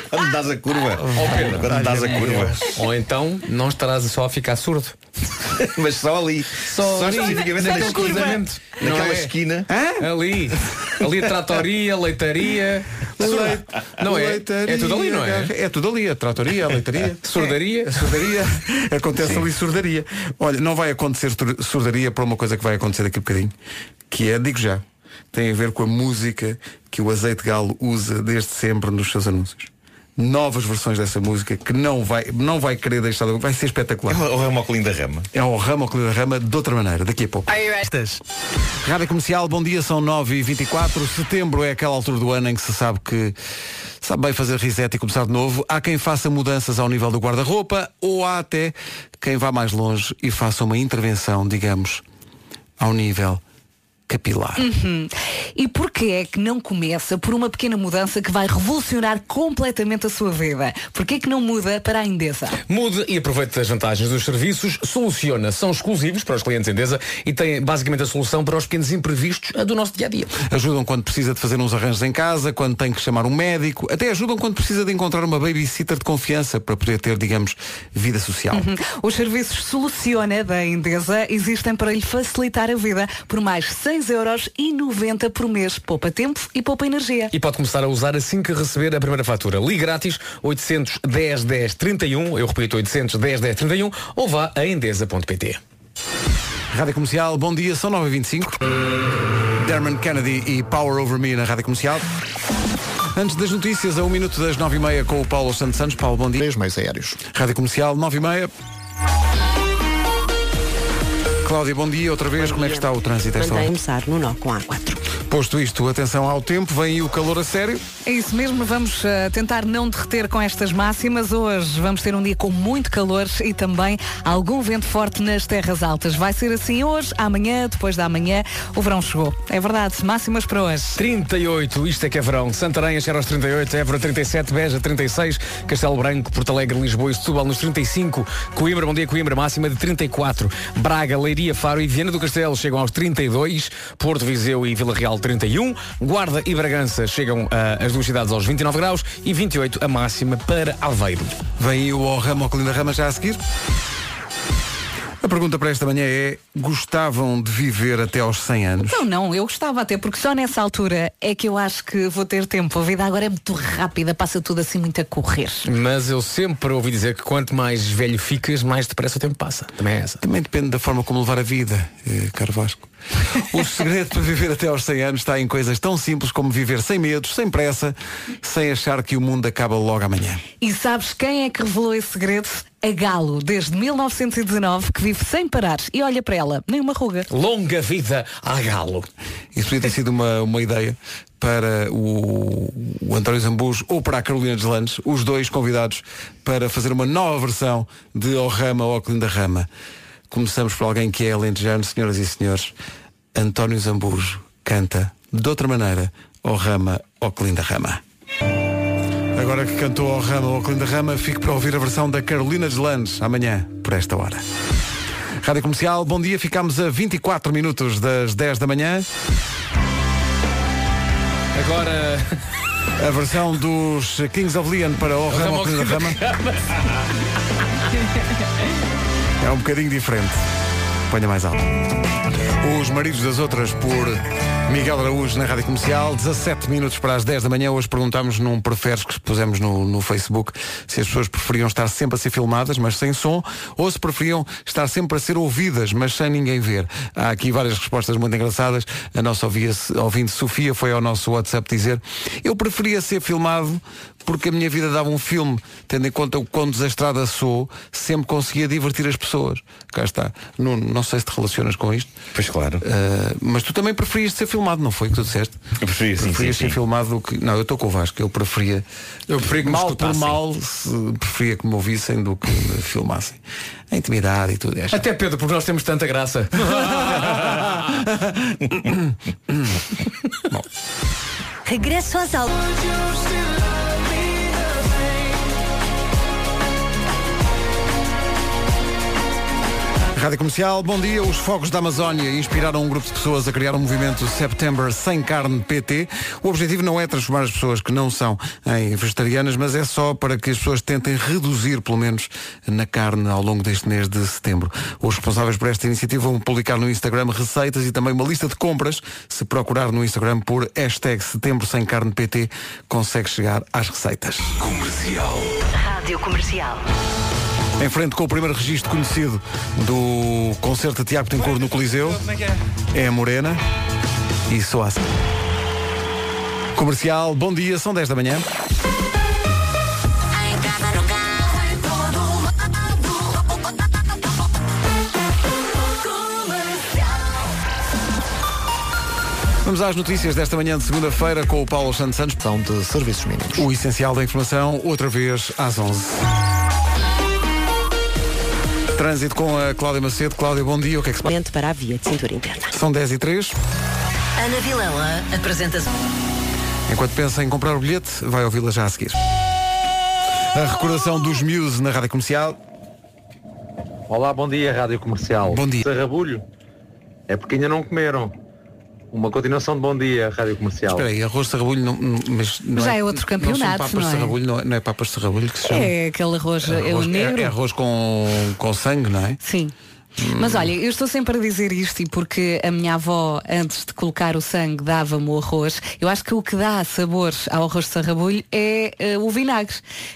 quando me dás a curva. Oh, quando me dás a curva. Ou então não estarás só a ficar surdo. Mas só ali. Só, ali, especificamente naquele naquele cruzamento. Naquela Não é? esquina. Ali. Ali a tratoria, a leitaria. Leite- Não é? leitaria, é tudo ali, não é? É tudo ali, a tratoria, a leitaria. Surdaria? É, surdaria. Acontece ali surdaria. Olha, não vai acontecer tur- surdaria para uma coisa que vai acontecer daqui a bocadinho, que é, digo já, tem a ver com a música que o Azeite Galo usa desde sempre nos seus anúncios. Novas versões dessa música que não vai, não vai querer deixar de Vai ser espetacular. Ou é uma colinda rama. É o ramo ao da rama de outra maneira, daqui a pouco. é Estas. Rádio Comercial, bom dia, são 9h24. Setembro é aquela altura do ano em que se sabe que sabe bem fazer reset e começar de novo. Há quem faça mudanças ao nível do guarda-roupa ou há até quem vá mais longe e faça uma intervenção, digamos, ao nível capilar. Uhum. E porquê é que não começa por uma pequena mudança que vai revolucionar completamente a sua vida? Porquê é que não muda para a Endesa? Mude e aproveite as vantagens dos serviços. Soluciona. São exclusivos para os clientes Endesa e tem basicamente a solução para os pequenos imprevistos do nosso dia a dia. Ajudam quando precisa de fazer uns arranjos em casa, quando tem que chamar um médico, até ajudam quando precisa de encontrar uma babysitter de confiança para poder ter, digamos, vida social. Uhum. Os serviços Soluciona da Endesa existem para lhe facilitar a vida por mais 6,90€ por mês. Poupa tempo e poupa energia. E pode começar a usar assim que receber a primeira fatura. Ligue grátis 810 10 31, eu repito 810 10 31 ou vá a endesa.pt. Rádio Comercial, bom dia, são 9h25. Derman Kennedy e Power Over Me na Rádio Comercial. Antes das notícias, a 1 minuto das 9h30 com o Paulo Santos Santos. Paulo, bom dia. 3 meios aéreos. Rádio Comercial, 9h30. Cláudia, bom dia outra vez. Como é que está o trânsito a esta hora? Mandei começar no nó com A4. Posto isto, atenção ao tempo, vem aí o calor a sério. É isso mesmo, vamos eh, tentar não derreter com estas máximas. Hoje vamos ter um dia com muito calor e também algum vento forte nas terras altas. Vai ser assim hoje, amanhã, depois da manhã. O verão chegou. É verdade, máximas para hoje. 38, isto é que é verão. Santarém a chegar aos 38, Évora 37, Beja 36, Castelo Branco, Porto Alegre, Lisboa e Setúbal nos 35, Coimbra, bom dia Coimbra, máxima de 34, Braga, Leiria, Faro e Viana do Castelo chegam aos 32, Porto Viseu e Vila Real 31, Guarda e Bragança chegam ah, as duas cidades aos 29 graus e 28 a máxima para Aveiro. Vem aí o O Rama, o Colina Rama já a seguir. A pergunta para esta manhã é, gostavam de viver até aos 100 anos? Não, não, eu gostava até, porque só nessa altura é que eu acho que vou ter tempo. A vida agora é muito rápida, passa tudo assim muito a correr. Mas eu sempre ouvi dizer que quanto mais velho ficas, mais depressa o tempo passa. Também é essa. Também depende da forma como levar a vida, eh, caro Vasco. O segredo para viver até aos 100 anos está em coisas tão simples como viver sem medos, sem pressa, sem achar que o mundo acaba logo amanhã. E sabes quem é que revelou esse segredo? A Galo, desde 1919, que vive sem parar. E olha para ela, nem uma ruga. Longa vida a galo. Isso podia ter sido uma, uma ideia para o, o António Zambujo ou para a Carolina Deslandes, os dois convidados para fazer uma nova versão de O Rama, O Oculino da Rama. Começamos por alguém que é alentejano, senhoras e senhores. António Zambujo canta, de outra maneira, O Rama, Oculino da Rama. Agora que cantou O Rama, O Oculino da Rama, fique para ouvir a versão da Carolina Deslandes, amanhã, por esta hora. Rádio Comercial, bom dia, ficámos a 24 minutos das 10 da manhã. Agora. A versão dos Kings of Leon para o Rama ao Queen da Rama é um bocadinho diferente. Ponha mais alto. Os Maridos das Outras por Miguel Araújo na Rádio Comercial, 17 minutos para as 10 da manhã. Hoje perguntámos num preferes que pusemos no, no Facebook se as pessoas preferiam estar sempre a ser filmadas, mas sem som, ou se preferiam estar sempre a ser ouvidas, mas sem ninguém ver. Há aqui várias respostas muito engraçadas. A nossa ouvia- ouvinte Sofia foi ao nosso WhatsApp dizer eu preferia ser filmado porque a minha vida dava um filme, tendo em conta o quão desastrada sou, sempre conseguia divertir as pessoas. Cá está. Nuno, não sei se te relacionas com isto. Pois claro. Ah, mas tu também preferias ser filmado, não foi o que tu disseste? Eu preferia, sim, Preferias sim, ser sim. filmado do que. Não, eu estou com o Vasco, eu preferia. Eu preferia que me mal por escutassem. mal, se- preferia que me ouvissem do que me filmassem. A intimidade e tudo. é chato. Até Pedro, porque nós temos tanta graça. Regresso às aulas. Rádio Comercial, bom dia. Os fogos da Amazónia inspiraram um grupo de pessoas a criar um movimento September Sem Carne PT. O objetivo não é transformar as pessoas que não são em vegetarianas, mas é só para que as pessoas tentem reduzir, pelo menos, na carne ao longo deste mês de setembro. Os responsáveis por esta iniciativa vão publicar no Instagram receitas e também uma lista de compras. Se procurar no Instagram por hashtag Setembro Sem Carne PT, consegue chegar às receitas. Comercial. Rádio Comercial. Em frente com o primeiro registro conhecido do concerto de Tiago Tencourt no Coliseu, é a Morena e só assim. Comercial, bom dia, são 10 da manhã. Vamos às notícias desta manhã de segunda-feira com o Paulo Santos Santos. São de serviços mínimos. O essencial da informação, outra vez às 11. Trânsito com a Cláudia Macedo. Cláudia, bom dia. O que é que se passa? Para a via de cintura interna. São 10 e 3. Ana Vilela apresenta-se. Enquanto pensa em comprar o bilhete, vai ouvi-la já a seguir. A recordação dos Muse na Rádio Comercial. Olá, bom dia, Rádio Comercial. Bom dia. Sarrabulho. É porque ainda não comeram. Uma continuação de bom dia, Rádio Comercial. Espera aí, arroz de sarrabulho não, não- mas não Já é, é outro Não são campeonato, papas não de é? sarrabulho, não é, não é papas de sarrabulho que se chama. É aquele arroz, é o Arroz- negro. Um é arroz com, com sangue, não é? Sim. Mas olha, eu estou sempre a dizer isto e porque a minha avó, antes de colocar o sangue, dava-me o arroz. Eu acho que o que dá sabor ao arroz de sarrabulho é eh, o vinagre.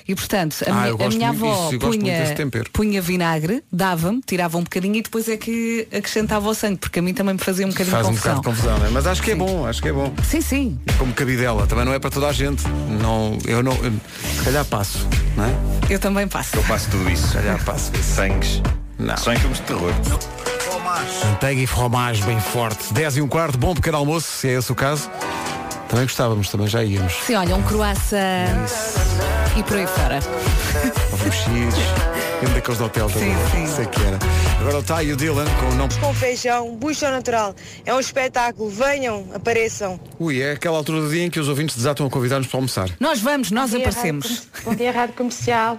E portanto, a, Ah, minha- eu a gosto minha muito avó disso, eu gosto muito desse punha, tempero. punha vinagre, dava-me, tirava um bocadinho e depois é que acrescentava o sangue, porque a mim também me fazia um bocadinho Faz de um confusão. bocado de confusão, não é? Mas acho que é bom, acho que é bom. Sim, sim. Como cabidela, também não é para toda a gente. Não, eu não. eu- se calhar passo, não é? Eu também passo. Eu passo tudo isso. Se calhar passo. Sangues. Não. Só em filmes de terror. Manteiga e fromage bem forte. 10 e um quarto, bom pequeno almoço, se é esse o caso. Também gostávamos, também já íamos. Sim, olha, um croissant e por aí fora. Houve mexidos, dentro daqueles do hotel também. Sim, Sei que era. Agora está aí o Dylan com o não. Com feijão, bucho natural. É um espetáculo. Venham, apareçam. Ui, é aquela altura do dia em que os ouvintes desatam a convidar-nos para almoçar. Nós vamos, nós Bom dia, aparecemos. Rádio Comerci- Bom dia, Rádio Comercial.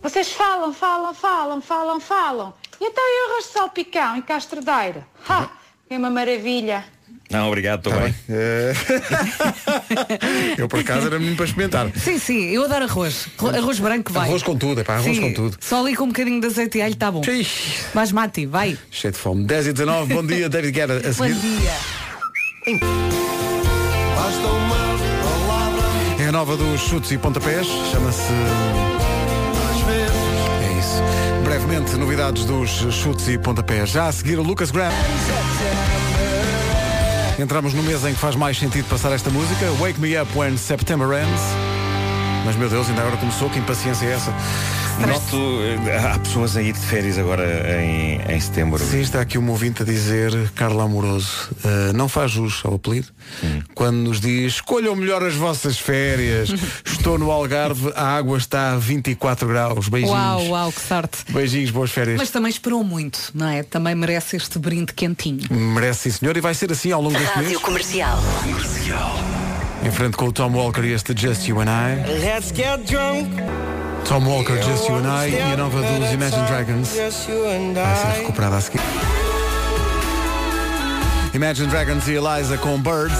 Vocês falam, falam, falam, falam, falam. E até eu arroz de salpicão em Castrodeira. Ha! É uma maravilha. Não, obrigado, Tá estou bem. eu por acaso era menino para experimentar. Sim, sim, eu adoro arroz. Ro- Arroz branco vai. Arroz com tudo, é pá, arroz Sim, com tudo. Só ali com um bocadinho de azeite e alho está bom. Mas Mati, vai. Cheio de fome. 10 e 19, bom dia, David Guerra. A Bom seguir. dia. É a nova dos chutes e pontapés, chama-se. É isso. Brevemente, novidades dos chutes e pontapés. Já a seguir, o Lucas Graham. Entramos no mês em que faz mais sentido passar esta música, Wake Me Up When September Ends. Mas meu Deus, ainda agora começou, que impaciência é essa? Noto, eh, há pessoas a ir de férias agora em, em setembro. Sim, está aqui um ouvinte a dizer, Carla Amoroso, eh, não faz jus ao apelido, quando nos diz, escolham melhor as vossas férias, estou no Algarve, a água está a 24 graus, beijinhos. Uau, uau, que sorte. Beijinhos, boas férias. Mas também esperou muito, não é? Também merece este brinde quentinho. Merece sim, senhor, e vai ser assim ao longo deste mês. Comercial. Em frente com o Tom Walker e este Just You and I. Let's get drunk. Tom Walker, Just You and I e a nova dos Imagine Dragons. Just you and Vai ser I. recuperada a seguir. Imagine Dragons e Eliza com Birds.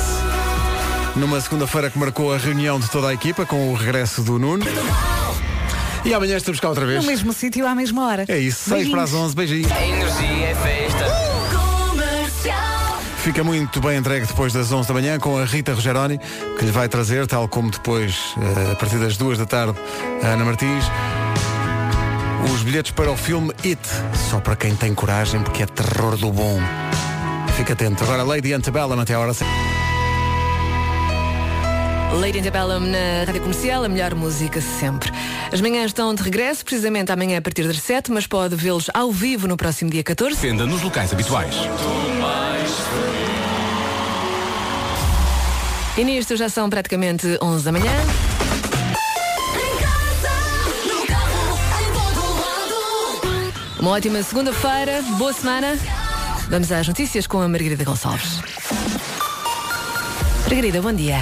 Numa segunda-feira que marcou a reunião de toda a equipa com o regresso do Nuno. E amanhã estamos cá outra vez. No mesmo sítio, à mesma hora. É isso, 6 para as 11, beijinhos. Energia é festa. Fica muito bem entregue depois das 11 da manhã com a Rita Rogeroni, que lhe vai trazer, tal como depois, eh, a partir das 2 da tarde, a Ana Martins, os bilhetes para o filme It, só para quem tem coragem, porque é terror do bom. Fica atento. Agora Lady Antebellum até a hora certa. Lady Antebellum na Rádio Comercial, a melhor música sempre. As manhãs estão de regresso, precisamente amanhã a partir das 7, mas pode vê-los ao vivo no próximo dia 14. Venda nos locais habituais. E nisto já são praticamente 11 da manhã. Uma ótima segunda-feira, boa semana. Vamos às notícias com a Margarida Gonçalves. Margarida, bom dia.